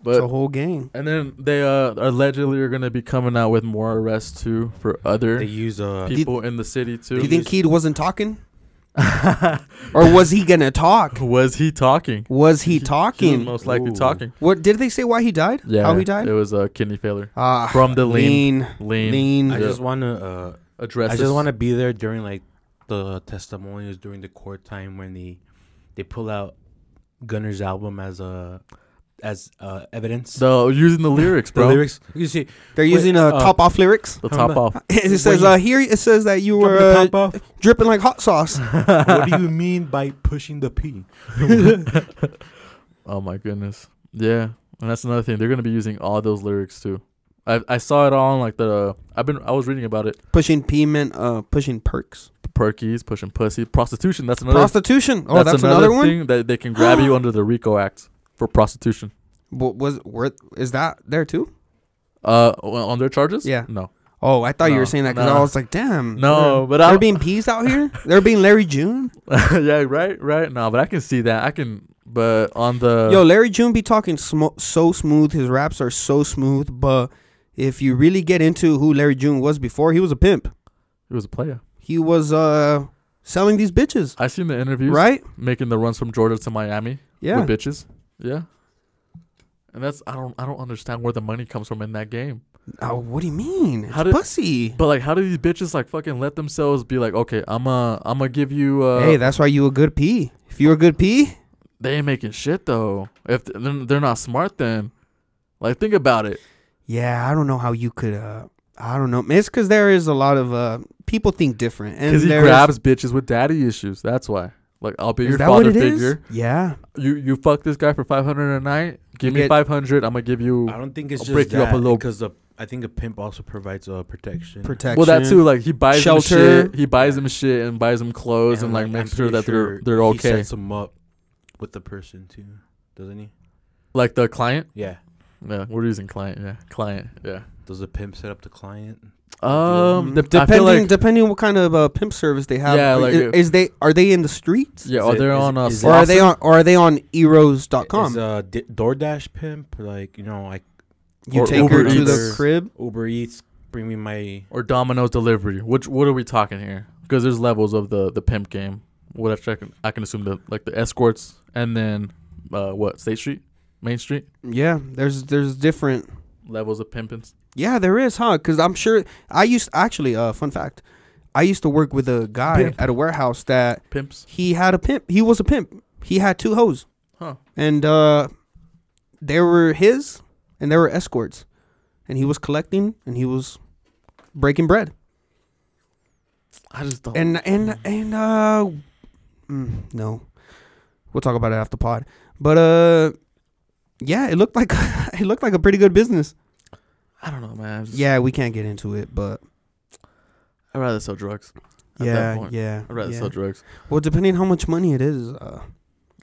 A: but
B: it's a whole game.
A: and then they uh allegedly are gonna be coming out with more arrests too for
C: They
A: other
C: use uh.
A: people in the city too.
B: Do you think he wasn't talking, or was he gonna talk?
A: was he talking?
B: Was he
A: He- he was
B: talking?
A: most likely
C: Ooh.
A: talking.
B: What did they say? Why he died?
A: Yeah,
B: how he died?
A: It was a kidney failure.
B: Ah,
A: From the lean, lean,
B: lean, lean.
C: I
A: Yeah.
C: just want to. Uh,
A: addresses.
C: I just want to be there during like the testimonials during the court time when they they pull out Gunner's album as a as uh, evidence.
A: so using the lyrics,
C: the
A: bro. The,
C: lyrics you see
B: They're
C: Wait,
B: using uh,
C: uh,
B: top off lyrics.
A: top off.
B: It
C: when
B: says
C: you-
B: uh, here. It says that you were uh,
C: Drop the top off.
B: dripping like hot sauce.
C: what do you mean by pushing the P?
A: Oh my goodness. Yeah, and that's another thing. They're gonna be using all those lyrics too. I I saw it all on like the. I've been I was reading about it.
B: pushing P meant uh, pushing perks.
A: Perkies pushing pussy, prostitution. That's another.
B: Prostitution. Oh, that's, another, one.
A: thing that they can grab you under the RICO Act for prostitution.
B: What was worth? Is that there too?
A: Uh, well, on their charges?
B: Yeah.
A: No.
B: Oh, I thought you
A: No,
B: were saying that because
A: nah.
B: I was like, damn.
A: No, but
B: they're,
A: I'm-
B: they're being peas out here. they're being Larry June.
A: yeah. Right. Right. No, but I can see that. I can. But on the
B: Yo, Larry June be talking sm- so smooth. His raps are so smooth, but if you really get into who Larry June was before, he was a pimp.
A: it was a player.
B: He was uh selling these bitches,
A: I seen the interviews.
B: right?
A: Making the runs from Georgia to Miami.
B: Yeah.
A: with bitches. Yeah. And that's I don't I don't understand where the money comes from in that game.
B: Oh, what do you mean? It's
A: How did-
B: pussy.
A: But like, how do these bitches like fucking let themselves be like, okay, I'm uh I'm gonna give you uh
B: hey, that's why you a good P. If you a good P,
A: they ain't making shit though. If th- they're, they're not smart, then like think about it.
B: yeah, I don't know how you could. uh I don't know. It's because there is a lot of uh people think different, and
A: Because he
B: there's-
A: grabs bitches with daddy issues. That's why. Like I'll be
B: Is
A: your
B: that what
A: father
B: it is?
A: figure.
B: Yeah.
A: You you fuck this guy for five hundred a night. Give
B: You
A: me
B: get-
A: five hundred. I'm gonna give you.
C: I don't think it's
A: I'll
C: just
A: break you up a
C: that,
A: little.
C: because the I think a pimp also provides uh, protection.
B: Protection.
A: Well, that too. Like he buys
B: Shelter.
A: them shit. He buys them shit and buys them clothes and, like,
C: I'm
A: makes sure that
C: pretty sure
A: they're they're
C: He
A: okay.
C: sets them up with the person too, doesn't he?
A: Like the client.
C: Yeah.
A: Yeah, we're using client. Yeah, client. Yeah.
C: Does the pimp set up the client?
A: Um,
B: Mm,
A: dep- I feel
B: depending
A: like
B: depending what kind of uh, pimp service they have.
A: Yeah,
B: Are-
A: like
B: is,
A: if-
B: is they are they in the streets?
A: yeah,
C: Is
A: are
C: it-
A: they
C: is
A: on
C: it-
A: uh,
C: is it-
B: Or are they
A: Slauson?
B: on or are they on E eros.com?
C: Is uh, D- DoorDash pimp like you know like
B: you
A: or
B: take her
A: Uber
B: to the
A: Eats.
B: crib.
C: Uber Eats bring me my
A: or Domino's delivery? Which what are we talking here? Because there's levels of the the pimp game. What I can I can assume the like the escorts and then uh what State Street, Main Street
B: Yeah, there's there's different.
A: levels of pimpins.
B: Yeah, there is, huh? Because I'm sure I used actually. Uh, fun fact, I used to work with a guy
A: Pimp.
B: at a warehouse that
A: Pimps.
B: he had a pimp. He was a pimp. He had two hoes,
A: Huh.
B: and uh, they were his, and they were escorts, and he was collecting, and he was breaking bread.
A: I just don't.
B: and and and uh mm, no we'll talk about it after pod but uh yeah it looked like it looked like a pretty good business
A: I don't know, man. I just,
B: yeah we can't get into it but
A: I'd rather sell drugs. At that
B: yeah
A: point.
B: yeah,
A: I'd rather
B: yeah.
A: sell drugs.
B: well depending how much money it is uh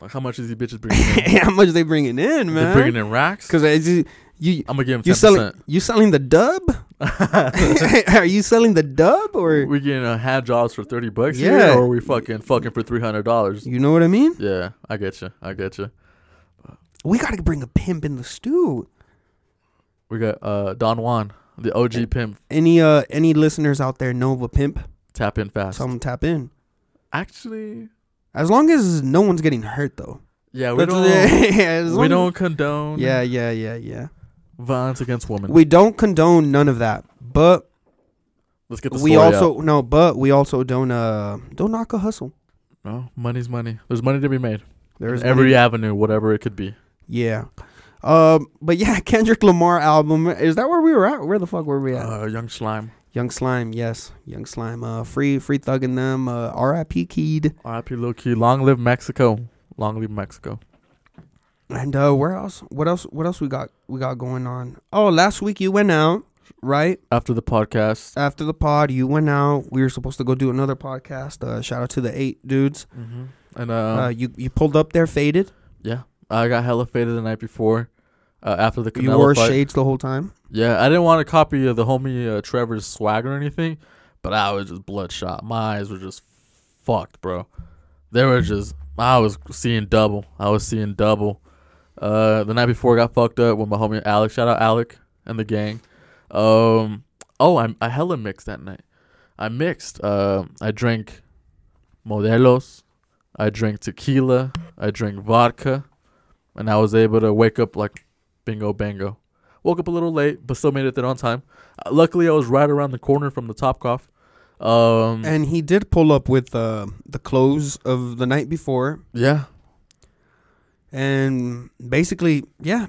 A: Like how much is these bitches bringing? in?
B: how much they bringing in
A: They're
B: man
A: bringing in racks.
B: because you you
A: I'm gonna give them
B: you
A: ten
B: selling
A: percent.
B: you selling the dub are you selling the dub or
A: We getting uh, hand jobs for thirty bucks.
B: Yeah.
A: Yeah. Or we fucking fucking for three hundred dollars.
B: you know what i mean
A: Yeah, I get you. I get you.
B: we gotta bring a pimp in the stew
A: We got uh, Don Juan, the OG pimp.
B: Any uh any listeners out there know of a pimp?
A: Tap in fast.
B: Tell them to tap in.
A: Actually,
B: As long as no one's getting hurt though.
A: yeah, we
B: That's-
A: don't.
B: yeah, as long
A: We
B: as-
A: don't condone
B: Yeah, yeah, yeah, yeah.
A: violence against women.
B: We don't condone none of that, but
A: Let's get the
B: we
A: story out.
B: also no, but we also don't uh don't knock a hustle.
A: No, money's money. There's money to be made.
B: There's
A: in every
B: many-
A: avenue, whatever it could be.
B: yeah. Um, but yeah, Kendrick Lamar album. Is that where we were at? Where the fuck were we at?
A: Uh, young slime.
B: Young Slime, yes, Young Slime. Uh, free, free thugging them. Uh, R.I.P. Keed.
A: R.I.P. Lil Key. Long live Mexico. Long live Mexico.
B: And uh, where else? What else? What else we got? We got going on. Oh, last week you went out, right?
A: After the podcast,
B: After the pod, you went out. We were supposed to go do another podcast. Uh, shout out to the eight dudes.
A: and
B: uh,
A: uh,
B: you you pulled up there, faded.
A: yeah, I got hella faded the night before. Uh, after the Canelo
B: You wore
A: fight.
B: shades the whole time.
A: Yeah, I didn't want to copy uh, the homie uh, Trevor's swag or anything, but I was just bloodshot. My eyes were just fucked, bro. They were just. I was seeing double. I was seeing double. Uh, the night before I got fucked up with my homie Alec. Shout out Alec and the gang. Um, oh, I I hella mixed that night. I mixed. Uh, I drank Modelo's. I drank tequila. I drank vodka, and I was able to wake up like bingo bango. Woke up a little late, but still made it there on time. Uh, luckily, I was right around the corner from the top cough. Um,
B: And he did pull up with uh, the clothes of the night before,
A: yeah,
B: and basically, yeah,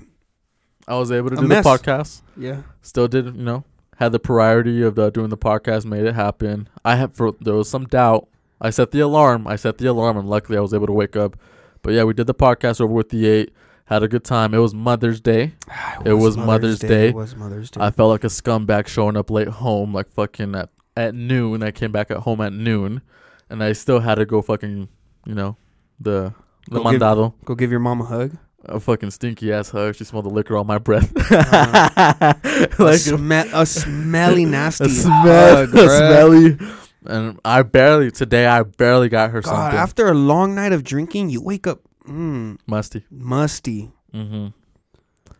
A: I was able to
B: A
A: do
B: mess.
A: the podcast.
B: yeah.
A: Still did, you know, had the priority of uh doing the podcast, made it happen. I had for there was some doubt. I set the alarm. I set the alarm, and luckily, I was able to wake up. But yeah, we did the podcast over with the eight. Had a good time. It was Mother's Day. It was Mother's Day.
B: It was Mother's Day.
A: I felt like a scumbag showing up late home, like fucking at, at noon. I came back at home at noon, and I still had to go fucking, you know, the the
B: Go give-
A: mandado,
B: Go give your mom a hug.
A: a fucking stinky ass hug. She smelled the liquor on my breath,
B: like Uh-huh. a,
A: like a,
B: sme- a smelly nasty
A: a smell,
B: hug,
A: a
B: bruh.
A: smelly. And I barely today. I barely got her
B: God,
A: something
B: after a long night of drinking, you wake up mm,
A: musty.
B: musty.
A: Mm-hmm.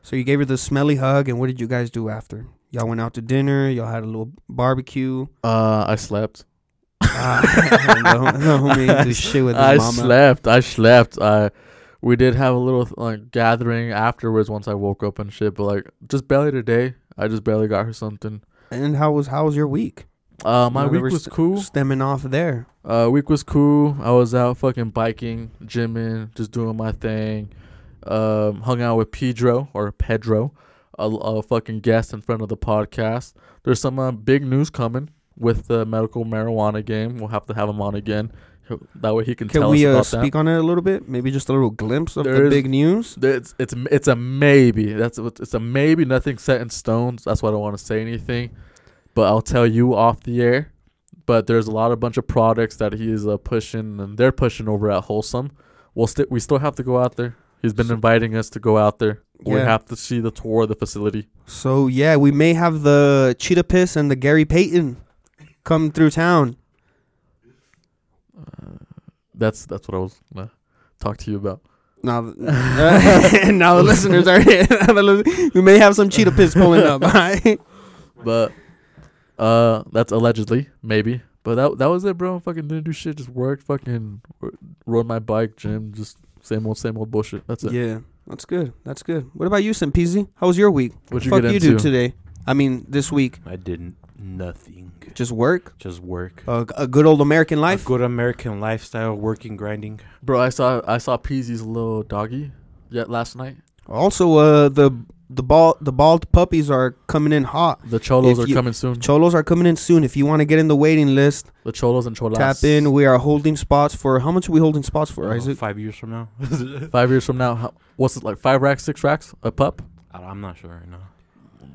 B: So you gave her the smelly hug, and what did you guys do after? Y'all went out to dinner. Y'all had a little barbecue.
A: Uh, I slept.
B: Ah, no, no, homie ain't do shit with his
A: I
B: mama.
A: slept. I slept. I we did have a little like gathering afterwards once I woke up and shit, but like just barely today. I just barely got her something.
B: And how was how was your week?
A: Uh, my
B: Well, they
A: week
B: were
A: was
B: st-
A: cool.
B: Stemming off there.
A: Uh, week was cool. I was out fucking biking, gymming, just doing my thing. Um, hung out with Pedro or Pedro, a, a fucking guest in front of the podcast. There's some uh, big news coming with the medical marijuana game. We'll have to have him on again. He'll- That way he can,
B: Can
A: tell
B: we
A: us
B: uh,
A: about that.
B: speak on it a little bit? Maybe just a little glimpse of
A: There
B: the
A: is-
B: big news.
A: It's it's it's a maybe. That's what- it's a maybe. Nothing set in stone. That's why I don't want to say anything. But I'll tell you off the air. But there's a lot of bunch of products that he is uh, pushing, and they're pushing over at Wholesome. We'll st- we still have to go out there. He's been
B: So-
A: inviting us to go out there. We
B: Yeah.
A: have to see the tour of the facility.
B: So yeah, we may have the Cheetah Piss and the Gary Payton come through town.
A: That's that's what I was gonna talk to you about.
B: Now, th- now the listeners are here. Now the li- we may have some Cheetah Piss pulling up. all right?
A: But uh, that's allegedly maybe. But that that was it, bro. Fucking didn't do shit. Just worked. Fucking r- rode my bike, gym. Just same old, same old bullshit. That's it.
B: Yeah, that's good. That's good. What about you, Simpeasy? How was your week?
A: What you
B: Fuck
A: get
B: you
A: into?
B: do today? I mean, this week,
C: I did nothing.
B: just work.
C: Just work.
B: Uh, a good old American
C: A
B: life.
C: good American lifestyle, working, grinding.
A: Bro, I saw I saw Peasy's little doggy yet last night.
B: Also, uh, the the bald the bald puppies are coming in hot.
A: The Cholos
B: If
A: are
B: you-
A: coming soon.
B: Cholos are coming in soon. If you want to get in the waiting list,
A: the Cholos and Cholas.
B: Tap in. We are holding spots for how much are we holding spots for,
C: Uh,
B: Isaac?
C: Five years from now,
A: Five years from now, how, what's it like? Five racks, six racks, a pup.
C: I- I'm not sure right now.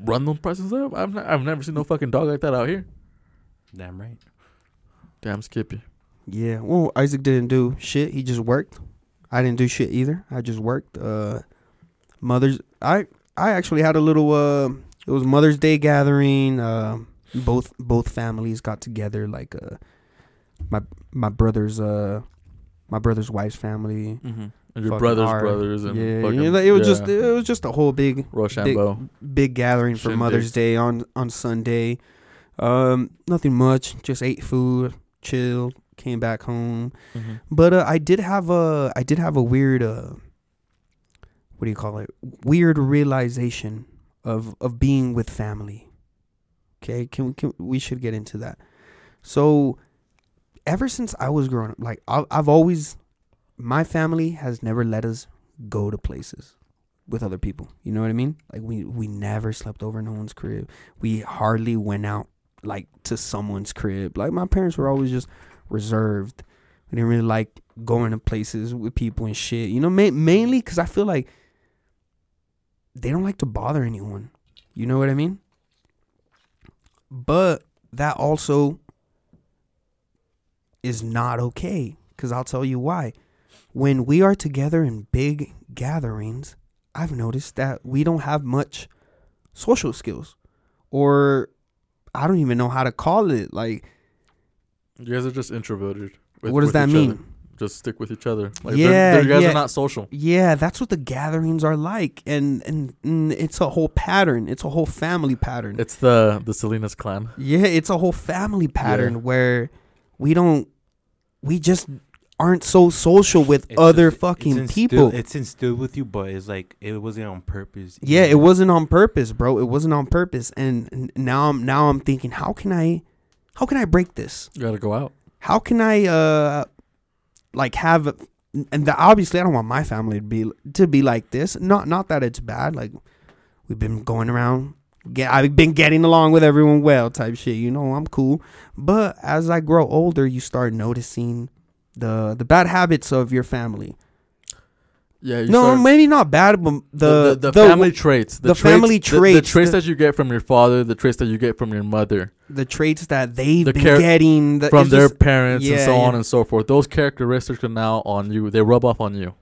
A: Run those prices up. I've not, I've never seen no fucking dog like that out here.
C: Damn right.
A: Damn Skippy.
B: Yeah. Well, Isaac didn't do shit. He just worked. I didn't do shit either. I just worked. Uh, Mother's. I I actually had a little. Uh, it was Mother's Day gathering. Um, both both families got together. Like uh, my my brother's uh, my brother's wife's family.
A: Mm-hmm. and your
B: fucking
A: brother's
B: hard.
A: brothers and
B: yeah,
A: fucking,
B: you know, it was
A: yeah.
B: just uh, it was just a whole big
A: Rochambeau.
B: big gathering for
A: Shindig.
B: Mother's Day on on Sunday. Um, nothing much, just ate food, chilled, came back home.
A: Mhm.
B: But uh, I did have a I did have a weird uh, what do you call it? Weird realization of of being with family. Okay, can we can we should get into that. So, ever since I was growing up, like I, I've always, my family has never let us go to places with other people. You know what I mean? Like we we never slept over in no one's crib. We hardly went out like to someone's crib. Like my parents were always just reserved. We didn't really like going to places with people and shit. You know, ma- mainly because I feel like they don't like to bother anyone. You know what I mean? But that also is not okay because I'll tell you why. When we are together in big gatherings, I've noticed that we don't have much social skills or I don't even know how to call it. Like,
A: You guys are just introverted. with-
B: what does
A: with
B: that
A: each
B: mean?
A: other. Just stick with each other. Like
B: Yeah,
A: yeah, you guys
B: yeah.
A: are not social.
B: Yeah, that's what the gatherings are like, and and, and it's a whole pattern. It's a whole family pattern.
A: It's the the Salinas clan.
B: yeah, it's a whole family pattern where we don't, we just aren't so social with
C: It's
B: other
C: just-
B: fucking
C: it's instilled-
B: people.
C: It's instilled with you, but it's like it wasn't on purpose.
B: yeah,
C: either.
B: it wasn't on purpose, bro. It wasn't on purpose, and n- now I'm now I'm thinking, how can I, how can I break this?
A: You gotta go out.
B: how can I uh like have and the, obviously I don't want my family to be to be like this. Not not that it's bad. Like we've been going around. Get, I've been getting along with everyone well, type shit. You know, I'm cool. But as I grow older, you start noticing the the bad habits of your family.
A: Yeah, you
B: no,
A: start-
B: maybe not bad, but the
A: the, the, family traits, the,
B: the
A: traits,
B: family
A: the- the,
B: traits,
A: traits
B: the-
A: that you get from your father, the traits that you get from your mother,
B: the traits that they've
A: the
B: been
A: char-
B: getting the,
A: from
B: it's
A: their
B: just-
A: parents, and
B: yeah,
A: so on
B: yeah.
A: and so forth. Those characteristics are now on you. They rub off on you.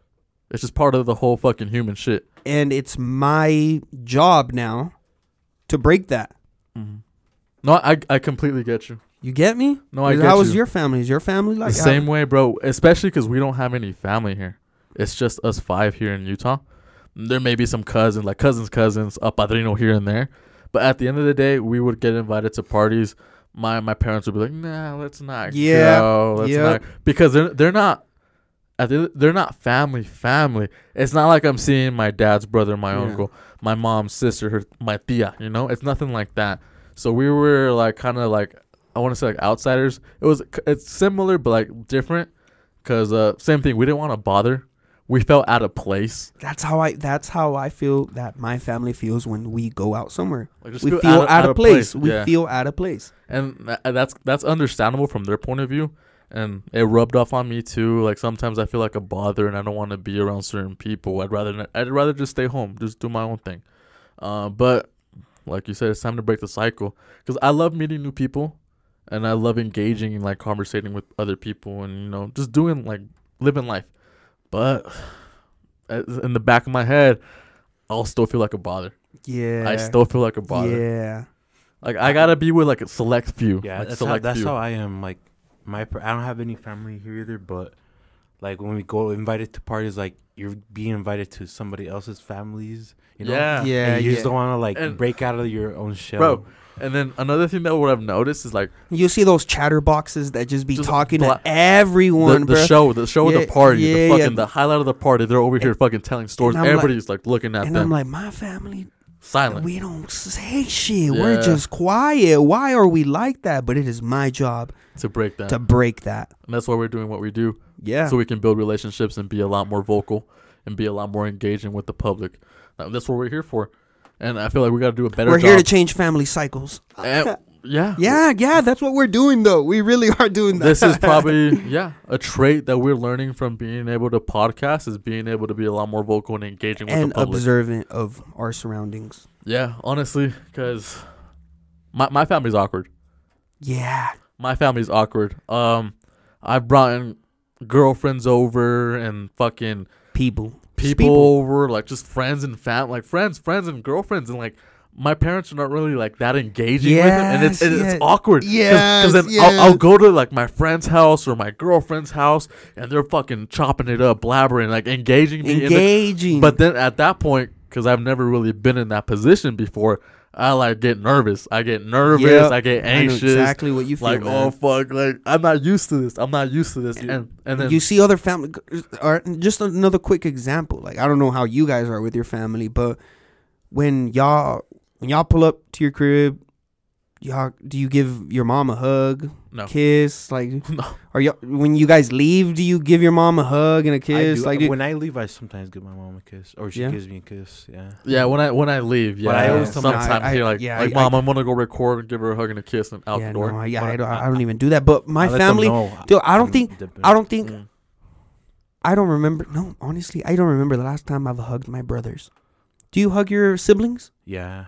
A: It's just part of the whole fucking human shit.
B: and it's my job now to break that.
A: Mm-hmm. No, I I completely get you.
B: You get me?
A: No, I
B: How
A: get
B: was
A: you.
B: your family? Is your family like
A: the same way, bro. Especially because we don't have any family here. It's just us five here in Utah. There may be some cousins, like cousins, cousins, a padrino here and there. But at the end of the day, we would get invited to parties. My my parents would be like, "Nah, let's not
B: Yeah,
A: go. Let's
B: yep.
A: not," because they're they're not. at the- They're not family. Family. It's not like I'm seeing my dad's brother, my
B: Yeah.
A: uncle, my mom's sister, her, my tia. You know, it's nothing like that. So we were like kind of like I want to say like outsiders. It was it's similar but like different because uh, same thing. We didn't want to bother. We felt out of place.
B: That's how I. That's how I feel that my family feels when we go out somewhere.
A: Like just
B: we feel, out, of, place. We
A: yeah.
B: feel out of place.
A: and tha- that's that's understandable from their point of view. And it rubbed off on me too. Like sometimes I feel like a bother, and I don't want to be around certain people. I'd rather not, I'd rather just stay home, just do my own thing. Uh, but like you said, it's time to break the cycle because I love meeting new people, and I love engaging and like conversating with other people, and you know, just doing like living life. But uh, in the back of my head, I'll still feel like a bother.
B: Yeah.
A: I still feel like a bother.
B: Yeah.
A: Like I gotta be with like a select few.
C: Yeah,
A: like,
C: that's, how, that's how I am. Like my, par- I don't have any family here either. But like when we go invited to parties, like you're being invited to somebody else's families. You know?
A: Yeah.
B: Yeah.
C: And you
B: yeah.
C: just don't want to like
A: And-
C: break out of your own shell,
A: Bro, And then another thing that what I've noticed is like
B: you see those chatterboxes that just be
A: Just
B: talking
A: bla-
B: to
A: the,
B: everyone,
A: the
B: bro.
A: show, the show, of
B: Yeah,
A: the party,
B: yeah,
A: the fucking
B: yeah.
A: the highlight of the party. They're over here fucking telling stories.
B: and I'm like-
A: Everybody's like, looking at
B: and
A: them,
B: I'm like, my family,
A: silent.
B: we don't say shit. We're
A: Yeah.
B: just quiet. Why are we like that? But it is my job
A: to break that.
B: to break that.
A: and that's why we're doing what we do,
B: Yeah.
A: so we can build relationships and be a lot more vocal and be a lot more engaging with the public. Uh, That's what we're here for. And I feel like we got to do a better
B: We're
A: job.
B: here to change family cycles.
A: And- yeah,
B: Yeah, yeah, that's what we're doing though. We really are doing that.
A: this is probably yeah a trait that we're learning from being able to podcast is being able to be a lot more vocal and engaging with
B: and
A: the public.
B: observant of our surroundings.
A: Yeah, honestly, because my my family's awkward.
B: Yeah.
A: My family's awkward. Um, I've brought in girlfriends over and fucking
B: People. Just
A: people, over, like just friends and fam, like friends, friends and girlfriends, and like my parents are not really like that engaging with it, and it's
B: Yes,
A: and
B: yes.
A: it's awkward.
B: Yes,
A: because then I'll, I'll go to like my friend's house or my girlfriend's house, and they're fucking chopping it up, blabbering, like engaging me. in the-
B: engaging.
A: but then at that point, because I've never really been in that position before, I like get nervous. I get nervous.
B: Yep.
A: I get
B: I know
A: anxious.
B: exactly what you feel.
A: Like
B: man.
A: oh fuck! Like I'm not used to this. I'm not used to this. And and then
B: you see other family or just another quick example like i don't know how you guys are with your family but when y'all when y'all pull up to your crib y'all do you give your mom a hug
A: no.
B: kiss like
A: No.
B: are you all when you guys leave do you give your mom a hug and a
C: I
B: kiss
C: do.
B: like do,
C: when I leave, I sometimes give my mom a kiss, or she
B: Yeah?
C: gives me a kiss. Yeah.
A: Yeah, when I when I leave, yeah,
C: But I always tell my-
A: sometimes
B: I- I-
A: you're like,
B: yeah,
A: like
B: I-
A: mom, I, am gonna go record and give her a hug and a kiss and out
B: yeah,
A: the
B: no,
A: door.
B: I, yeah, I,
C: But
B: don't, I
C: I-
B: don't even do that but my
C: I let them
B: family
C: know
B: dude, I don't think-
C: dipping.
B: i don't think
A: Mm.
B: i don't remember no honestly i don't remember the last time i've hugged my brothers do you hug your siblings
C: Yeah.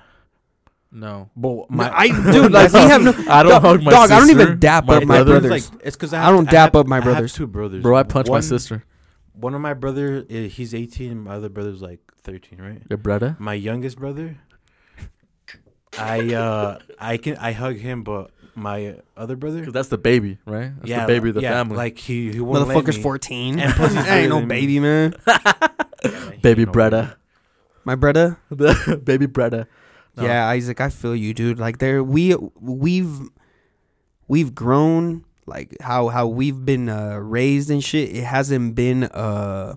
A: No,
C: But
B: No, I dude like we have no
A: I don't
B: Dog-
A: hug my
B: dog,
A: sister.
B: I don't even dap
A: my
B: up my
A: brother.
B: brothers.
C: it's because
B: I
C: I, have-
B: don't
C: I
B: dap
C: have-
B: up my
C: I have
B: brothers.
C: two brothers,
A: Bro, I punch my
C: One-
A: sister.
C: One of my brother, eh, he's eighteen. My other brother's like thirteen, right?
A: Your brother?
C: My youngest brother, I uh, I can I hug him, but my other brother,
A: Because that's the baby, right? That's the baby of the
C: yeah,
A: family.
C: Like he, he won't let
B: motherfucker's
C: me.
B: 14
C: And plus he's
B: I ain't
C: bigger
B: no
C: than me.
B: baby man
C: Yeah, he
A: baby
C: ain't no
A: brother,
B: my brother
A: the baby brother. No.
B: yeah isaac i feel you dude like there we we've we've grown like how how we've been uh raised and shit it hasn't been uh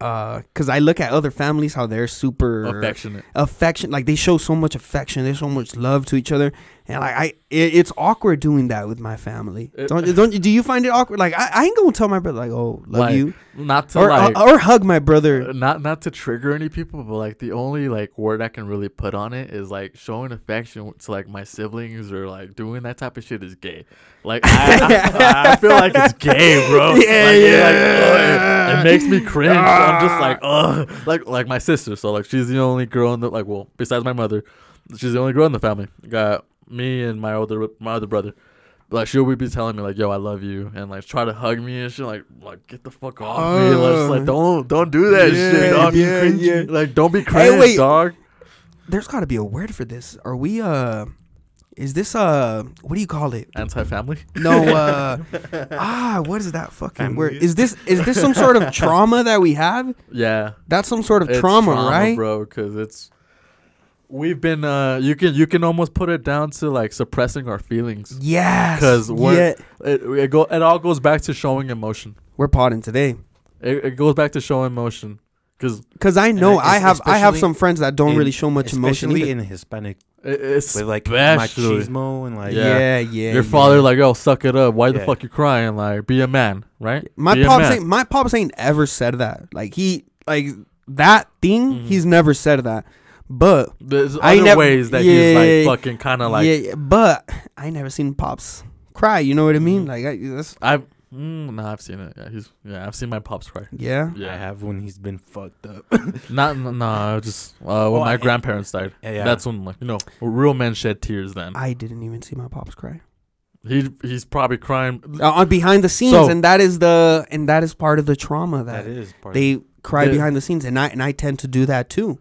B: uh because i look at other families how they're super
A: Affectionate.
B: affection like they show so much affection there's so much love to each other and like i it, it's awkward doing that with my family
A: It-
B: don't don't you do you find it awkward like i, I ain't gonna tell my brother like oh love
A: Like,
B: you
A: Not to
B: or, uh,
A: like,
B: or or hug my brother
A: uh, not not to trigger any people, but like the only like word I can really put on it is like showing affection to like my siblings or like doing that type of shit is gay. Like I, I, I feel like it's gay, bro. Like, it's like, ugh, it, it makes me cringe. So I'm just like ugh, like like my sister. So like she's the only girl in the like well besides my mother, she's the only girl in the family. Got me and my older my other brother. Like she'll be telling me like, "Yo, I love you," and like try to hug me and shit. Like, like get the fuck off me. Like, just, like,
B: Oh.
A: don't don't do that
B: Yeah,
A: shit, dog.
B: yeah, yeah.
A: Like, don't be cringe,
B: wait.
A: dog.
B: there's got to be a word for this are we uh is this uh what do you call it
A: Anti-family.
B: no uh ah what is that fucking
C: Family?
B: word is this is this some sort of trauma that we have
A: Yeah,
B: that's some sort of
A: it's
B: trauma, right
A: bro? Because it's we've been uh, you can you can almost put it down to like suppressing our feelings.
B: yes
A: 'Cause
B: yeah
A: we're- It it go it all goes back to showing emotion.
B: we're potting today
A: It, it goes back to showing emotion. Because
B: Cause I know
C: es-
B: I have I have
C: especially
B: some friends that don't
C: in-
B: really show much emotion.
C: especially
B: either.
C: in Hispanic
A: it, it's
C: with like
A: Especially.
C: machismo and like
A: Yeah.
B: yeah, yeah.
A: Your
B: yeah.
A: father like, yo, suck it up. Why the
C: Yeah.
A: fuck you crying? Like, be a man, right?
B: My
A: be a
B: pops
A: man.
B: ain't my pops ain't ever said that. Like he like that thing. He's never said that. But
A: There's
B: I
A: other
B: never-
A: ways that
B: yeah, yeah,
A: he's
B: yeah.
A: like fucking kind of like.
B: yeah, yeah, but I never seen pops cry. You know what I mean? Like I, that's
A: I've mm, no, I've seen it. Yeah, he's yeah, I've seen my pops cry.
B: yeah.
A: Yeah,
C: I have when he's been fucked up.
A: not no, no just uh, when
C: Oh,
A: my
C: I-
A: grandparents died.
C: Yeah, yeah.
A: That's when like you know real men shed tears. Then
B: I didn't even see my pops cry
A: he he's probably crying.
B: uh, on behind the scenes,
A: So-
B: and that is the and that is part of the trauma that,
C: that is part.
B: they cry
A: The-
B: behind the scenes, and I and I tend to do that too.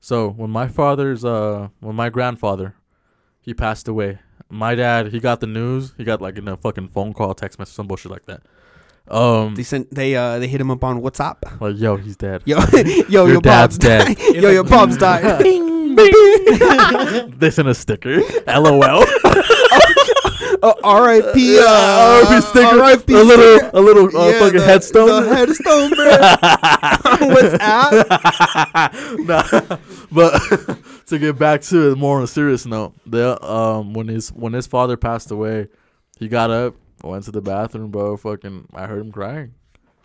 A: So when my father's uh when my grandfather, he passed away. My dad he got the news. He got like in a fucking phone call, text message, some bullshit like that. Um,
B: They sent they uh they hit him up on WhatsApp.
A: like yo, he's dead.
B: Yo, yo,
A: Your
B: your,
A: dad's
B: pops
A: dead.
B: died. yo, your pops died. Bing, bing.
A: this in a sticker. LOL.
B: Uh, R.I.P.
A: Yeah,
B: Uh,
A: RIP sticker.
B: R.I.P.
A: a little,
B: sticker.
A: a little uh,
B: Yeah,
A: fucking
B: the-
A: headstone.
B: The headstone, bro. What's up?
A: nah, but to get back to it, more on a serious note, the um when his when his father passed away, he got up, went to the bathroom, bro. Fucking, I heard him crying.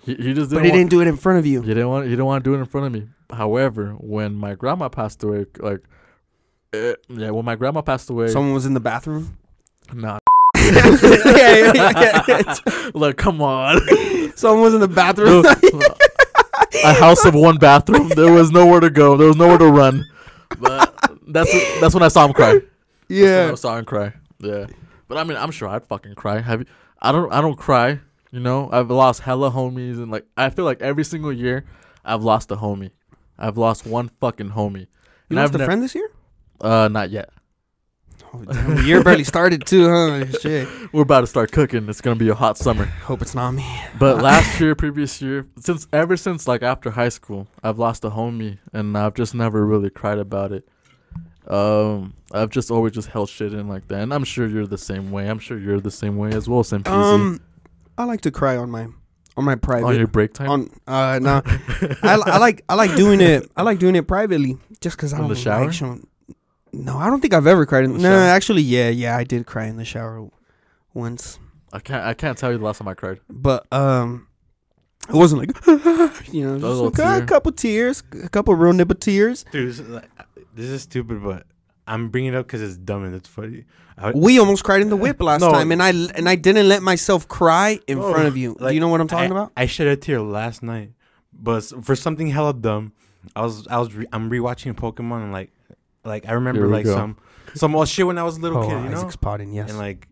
A: He, he just didn't.
B: But he
A: want-
B: didn't do it in front of you.
A: he didn't want. He didn't want to do it in front of me. However, when my grandma passed away, like, eh, yeah, when my grandma passed away,
B: Someone was in the bathroom.
A: nah,
B: Yeah, yeah, yeah.
A: like, come on.
B: Someone was in the bathroom.
A: No, a house of one bathroom. There was nowhere to go. There was nowhere to run. But that's that's when I saw him cry. That's when
B: yeah.
A: I saw him cry. Yeah. But I mean, I'm sure I'd fucking cry. Have you? I don't. I don't cry. You know, I've lost hella homies, and like I feel like every single year, I've lost a homie. I've lost one fucking homie.
B: You
A: And I've
B: lost a
A: nev-
B: friend this year?
A: Uh, not yet.
B: Oh, damn, the year barely started too, huh? Shit.
A: We're about to start cooking. It's gonna be a hot summer.
B: Hope it's not me.
A: But last year, previous year, since ever since like after high school, I've lost a homie, and I've just never really cried about it. Um, I've just always just held shit in like that, and I'm sure you're the same way. I'm sure you're the same way as well, Sam. Um,
B: Um, I like to cry on my on my private
A: on your break time,
B: on uh nah. I, li- I like I like doing it. I like doing it privately, just because I
A: In
B: don't
A: the shower?
B: like showing- No, I don't think I've ever cried in the
A: In the
B: no,
A: shower?
B: actually, yeah, yeah, I did cry in the shower once,
A: I can't. I can't tell you the last time I cried.
B: but um, it wasn't like you know, just
A: little
B: like, ah,
A: tear.
B: a couple tears, a couple real nipple tears.
C: Dude, this is, like, this is stupid, but I'm bringing it up because it's dumb and it's funny. I,
B: We almost cried in the whip last
C: No.
B: time, and I and I didn't let myself cry in
C: Oh,
B: front of you.
C: like,
B: Do you know what I'm talking
C: I-
B: about?
C: I shed a tear last night, but s- for something hella dumb, I was I was re- I'm rewatching Pokemon and like like I remember
A: Here we
C: like
A: go.
C: some some old shit when I was a little
B: oh,
C: kid, you know,
B: Isaac's potting, yes.
C: and like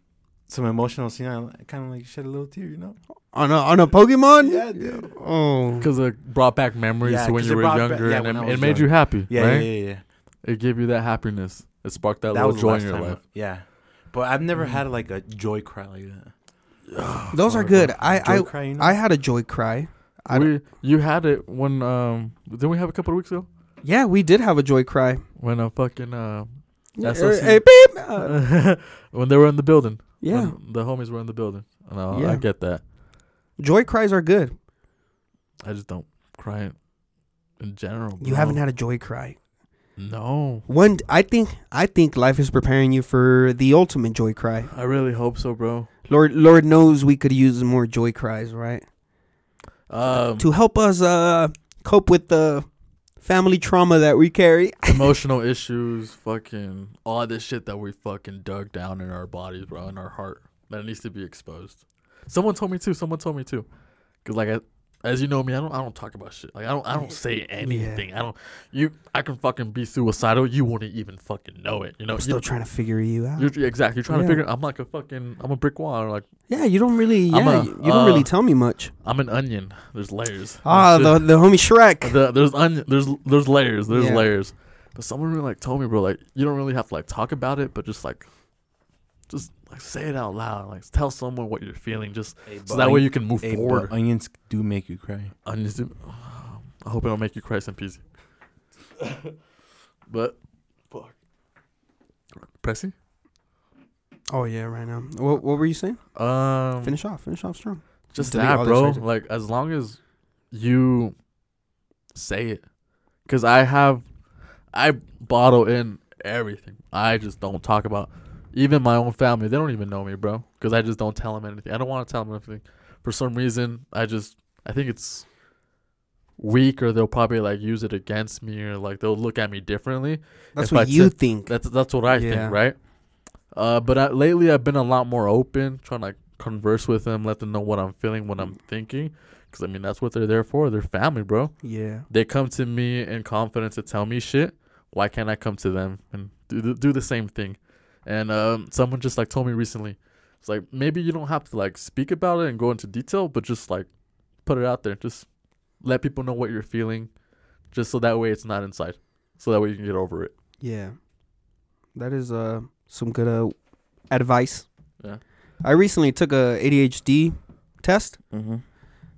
C: some emotional scene. I kind of like shed a little tear, you know.
B: on a on a Pokemon.
C: Yeah, dude.
B: Oh,
A: Because it brought back memories
C: Yeah,
A: to when
C: 'cause
A: you
C: it
A: were
C: brought back-
A: younger,
C: yeah,
A: and
C: when I
A: it, it
C: was
A: made
C: young.
A: you happy,
C: Yeah,
A: right?
C: yeah, yeah, yeah.
A: It gave you that happiness. It sparked that, little
C: That, was the
A: joy
C: last
A: in your
C: time.
A: life.
C: Yeah, but I've never had like a joy cry like that.
B: Mm. those are
C: Or,
B: good.
C: like,
B: I
C: joy
B: I
C: cry, you know?
B: I had a joy cry. I don't-
A: we, you had it when um didn't we have a couple of weeks ago
B: Yeah, we did have a joy cry.
A: when a fucking uh,
B: Yeah, er,
A: SOC.
B: hey, beep. Uh,
A: when they were in the building
B: yeah,
A: when the homies were in the building and I, I
B: Yeah.
A: get that
B: joy cries are good.
A: I just don't cry in general
B: You haven't had a joy cry.
A: no
B: One, d- I think, I think life is preparing you for the ultimate joy cry.
A: I really hope so bro
B: Lord, Lord knows we could use more joy cries, right?
A: um
B: To help us uh cope with the family trauma that we carry.
A: emotional issues fucking all this shit that we fucking dug down in our bodies bro in our heart that needs to be exposed someone told me too someone told me too because like I, as you know me i don't i don't talk about shit like i don't i don't say anything i don't you i can fucking be suicidal you wouldn't even fucking know it you know
B: I'm still
A: you,
B: trying to figure you out.
A: you're, you're- exactly you're trying
B: Yeah.
A: to figure i'm like a fucking i'm a brick wall or like
B: yeah, you don't really. Yeah,
A: I'm a-
B: you, you don't really
A: uh,
B: tell me much.
A: i'm an onion there's layers
B: Ah,
A: Shit.
B: the the homie Shrek.
A: The, there's onion, there's there's layers, there's
B: Yeah.
A: layers. But someone really like told me, bro, like you don't really have to like talk about it, but just like, just like say it out loud, like tell someone what you're feeling, just so that way you can move
C: Hey,
A: forward.
C: but onions do make you cry.
A: I'm just- I hope it don't make you cry some peasy. but fuck, Pressy.
B: Oh yeah, right now. What what were you saying?
A: Um,
B: Finish off. Finish off strong.
A: just
B: Delete
A: that,
B: all this
A: bro.
B: right here.
A: Like as long as you say it, because I have, I bottle in everything. I just don't talk about even my own family. They don't even know me, bro. Because I just don't tell them anything. I don't want to tell them anything. For some reason, I just I think it's weak, or they'll probably like use it against me, or like they'll look at me differently. If
B: That's what
A: I
B: you
A: took-
B: think.
A: That's that's what I
B: Yeah.
A: think, right? Uh, but I, lately I've been a lot more open, trying to like, converse with them, let them know what I'm feeling, what I'm thinking, because I mean that's what they're there for. They're family, bro.
B: yeah.
A: They come to me in confidence to tell me shit. Why can't I come to them and do the, do the same thing? And um, someone just like told me recently, it's like maybe you don't have to like speak about it and go into detail, but just like put it out there, just let people know what you're feeling, just so that way it's not inside, so that way you can get over it.
B: Yeah. That is uh some good uh, advice.
A: Yeah.
B: I recently took a ADHD test.
A: Mm-hmm.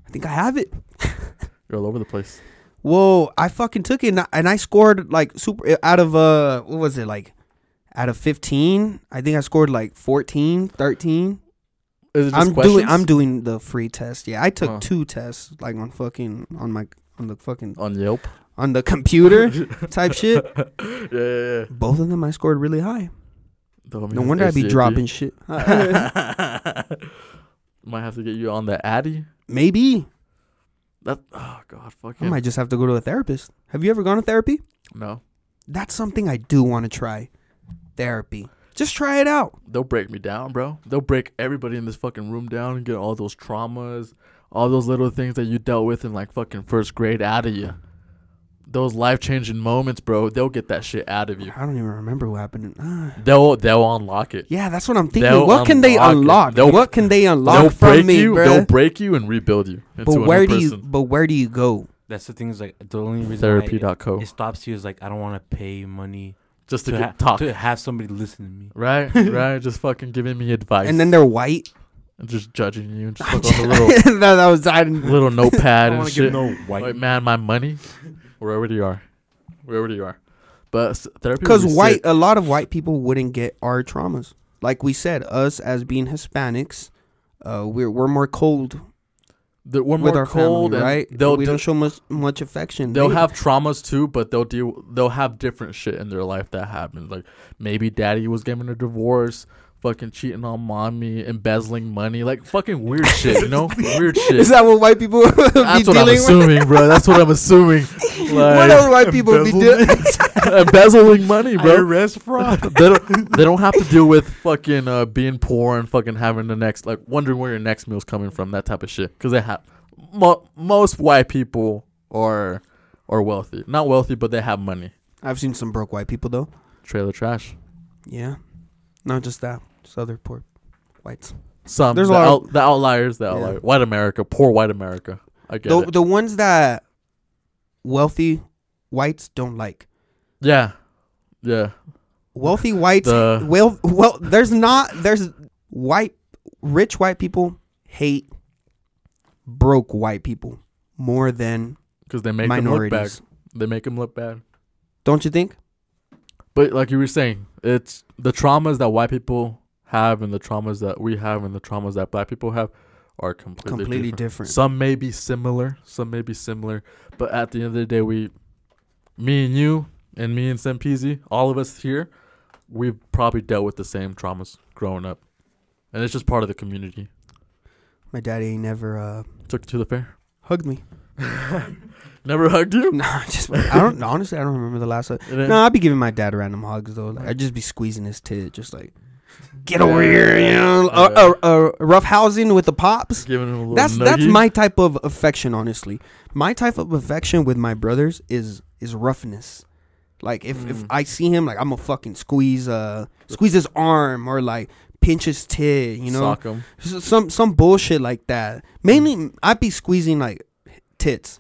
B: I think I have it.
A: You're all over the place.
B: Whoa, I fucking took it and I, and I scored like super out of uh what was it like out of 15? I think I scored like 14, 13.
A: Is it just
B: I'm
A: questions?
B: doing I'm doing the free test. Yeah, I took
A: Huh.
B: two tests like on fucking on my on the fucking
A: on Yelp.
B: on the computer type shit.
A: Yeah, yeah, yeah.
B: Both of them I scored really high.
A: The homie
B: No
A: has
B: wonder I be
A: ADHD.
B: dropping shit.
A: Might have to get you on the Addy.
B: Maybe
A: That oh god,
B: I
A: fucking
B: might just have to go to a therapist. Have you ever gone to therapy?
A: no.
B: That's something I do want to try. Therapy. Just try it out.
A: They'll break me down, bro. They'll break everybody in this fucking room down and get all those traumas, all those little things that you dealt with in like fucking first grade out of you. Those life changing moments, bro. They'll get that shit out of you.
B: I don't even remember what happened. Ah.
A: They'll they'll unlock it.
B: Yeah, that's what I'm thinking.
A: They'll
B: what can they
A: unlock it.
B: unlock?
A: They'll-
B: What can they
A: They'll
B: unlock
A: break
B: from me,
A: you. They'll
B: bruh?
A: break you and rebuild you. into a
B: But
A: new
B: where do you?
A: person.
B: But where do you go?
C: That's the thing is like the only reason why it-
A: Therapy.co.
C: it stops you is like I don't want to pay money
A: just to,
C: to,
A: get,
C: ha-
A: talk.
C: to have somebody listen to me.
A: Right, right. Just fucking giving me advice
B: And then they're white.
A: and just judging you, and just like on the little
B: that, that was I didn't,
A: little
C: I
A: notepad
C: don't
A: and
C: want to give
A: shit.
C: no
A: Like,
C: white.
A: man, my money, wherever you are, wherever you are. But s- therapy would
B: because
A: be
B: white
A: sick.
B: a lot of white people wouldn't get our traumas like we said us as being hispanics uh we're, we're more cold
A: That we're
B: with
A: more
B: our
A: cold,
B: family
A: and
B: right
A: They'll
B: we
A: do-
B: don't show much much affection
A: they'll
B: They-
A: have traumas too, but they'll deal. They'll have different shit in their life that happens. Like maybe daddy was giving a divorce, fucking cheating on mommy, embezzling money, like fucking weird shit. You know, weird shit.
B: is that what white people would be
A: That's what I'm
B: dealing with
A: assuming, bro. That's what I'm assuming.
B: what
A: Like
B: else white people would be doing
A: embezzling money, bro.
C: IRS fraud.
A: they don't they don't have to deal with fucking uh, being poor and fucking having the next like wondering where your next meal's coming from that type of shit because they have mo- most white people are are wealthy not wealthy but they have money
B: i've seen some broke white people though
A: trailer trash
B: yeah not just that just other poor whites
A: some
B: There's
A: There's
B: a
A: the,
B: lot
A: out, the outliers the
B: Yeah.
A: outlier white America poor white America I get
B: the,
A: it
B: the ones that wealthy whites don't like
A: yeah yeah
B: wealthy whites
A: The-
B: well well there's not there's white rich white people hate broke white people more than
A: because they make them look bad
B: minorities
A: they make them look bad
B: don't you think
A: But like you were saying, it's the traumas that white people have and the traumas that we have and the traumas that black people have are completely,
B: completely
A: different.
B: different,
A: Some may be similar, some may be similar, but at the end of the day, we, me and you, and me and Sempezi, all of us here, we've probably dealt with the same traumas growing up, and it's just part of the community.
B: my daddy ain't never uh
A: Took you to the fair.
B: hugged me
A: Never hugged you.
B: nah just i don't honestly i don't remember the last hug
A: It ain't-
B: no i'd be giving my dad random hugs though like, i'd just be squeezing his tit just like get over here you know uh, uh, uh, rough housing with the pops
A: Giving him a little.
B: that's that's
A: nuggie.
B: my type of affection honestly my type of affection with my brothers is is roughness like if, if
A: Mm.
B: i see him like i'm gonna fucking squeeze uh squeeze his arm or like pinch his tit you know
A: Sock him.
B: S some some bullshit like that mainly i'd be squeezing like tits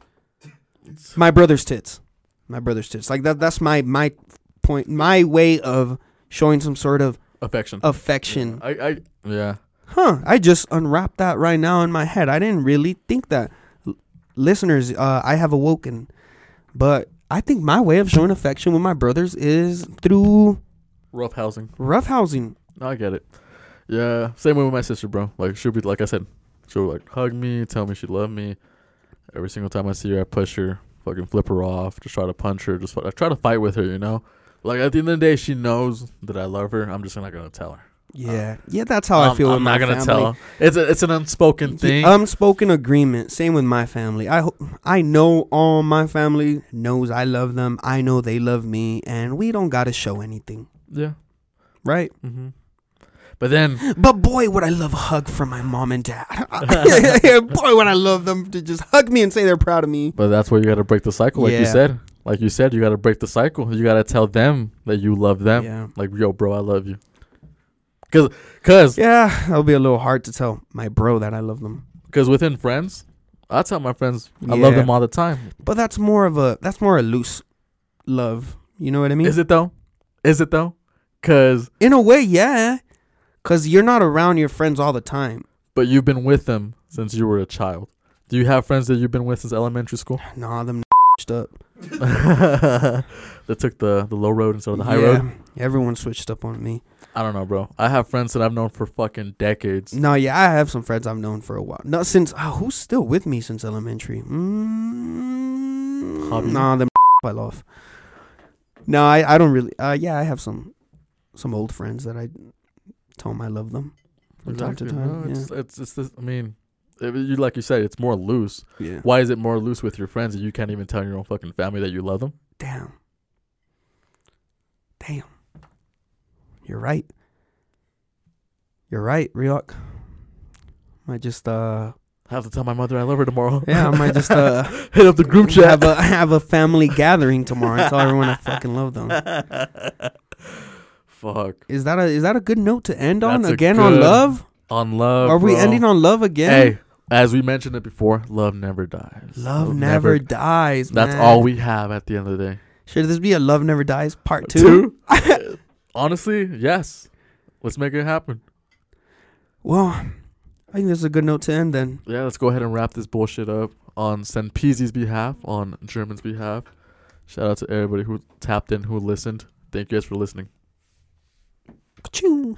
B: my brother's tits my brother's tits like that that's my my point my way of showing some sort of
A: affection.
B: affection
A: I, I yeah.
B: Huh, I just unwrapped that right now in my head. I didn't really think that. L- listeners, uh, I have awoken. But I think my way of showing affection with my brothers is through
A: Rough housing.
B: roughhousing.
A: I get it. Yeah, same way with my sister, bro. Like she'll be like I said, she'll like hug me, tell me she loved me. Every single time I see her, I push her, fucking flip her off, just try to punch her, just fu- I try to fight with her, you know. Like at the end of the day, she knows that I love her. I'm just not gonna tell her.
B: Yeah. yeah, that's how I
A: Um,
B: feel
A: I'm
B: with my
A: not gonna
B: family.
A: tell.
B: um,
A: her. It's a, it's an unspoken
B: Ye-
A: thing.
B: Unspoken agreement. Same with my family. I ho- I know all my family knows I love them. I know they love me, and we don't gotta show anything,
A: yeah.
B: right?
A: hmm But then
B: But boy, would I love a hug from my mom and dad. boy, would I love them to just hug me and say they're proud of me.
A: But that's where you got to break the cycle, like you
B: Yeah.
A: said. Like you said, you got to break the cycle. You got to tell them that you love them.
B: Yeah.
A: Like, yo, bro, I love you. Cause, cause,
B: Yeah, that'll be a little hard to tell my bro that I love them.
A: 'cause within friends, I tell my friends I love
B: Yeah.
A: them all the time.
B: But that's more of a that's more a loose love. You know what I mean?
A: Is it though? Is it though? Cause,
B: In a way, yeah. Cause you're not around your friends all the time.
A: but you've been with them since you were a child. Do you have friends that you've been with since elementary school?
B: Nah, them switched up.
A: that took the the low road instead of the high road.
B: Everyone switched up on me.
A: I don't know, bro. I have friends that I've known for fucking decades.
B: No, yeah, I have some friends I've known for a while. No, since oh, who's still with me since elementary? Mm,
A: Javi?
B: nah, them fell off. No, I, I don't really. Uh, yeah, I have some some old friends that I tell them I love them from time to
A: Exactly,
B: time.
A: no,
B: yeah.
A: it's, it's it's this. I mean, it, you like you said, it's more loose.
B: yeah.
A: Why is it more loose with your friends that you can't even tell your own fucking family that you love them?
B: Damn. Damn. You're right. You're right, Ryok. Might just uh
A: I have to tell my mother I love her tomorrow.
B: yeah, I might just uh
A: Hit up the group chat.
B: have a have a family gathering tomorrow and tell everyone I fucking love them.
A: Fuck.
B: Is that a is that a good note to end on
A: That's a
B: again on
A: good-
B: love?
A: On love.
B: Are we
A: bro.
B: ending on love again?
A: Hey, as we mentioned it before, love never dies.
B: love never, dies.
A: That's
B: man.
A: all we have at the end of the day.
B: Should this be a Love Never Dies part two?
A: Two? Honestly, yes. Let's make it happen.
B: Well, I think this is a good note to end then.
A: Yeah, let's go ahead and wrap this bullshit up on Senpezi's behalf, on German's behalf. Shout out to everybody who tapped in, who listened. Thank you guys for listening.
B: Ka-choo.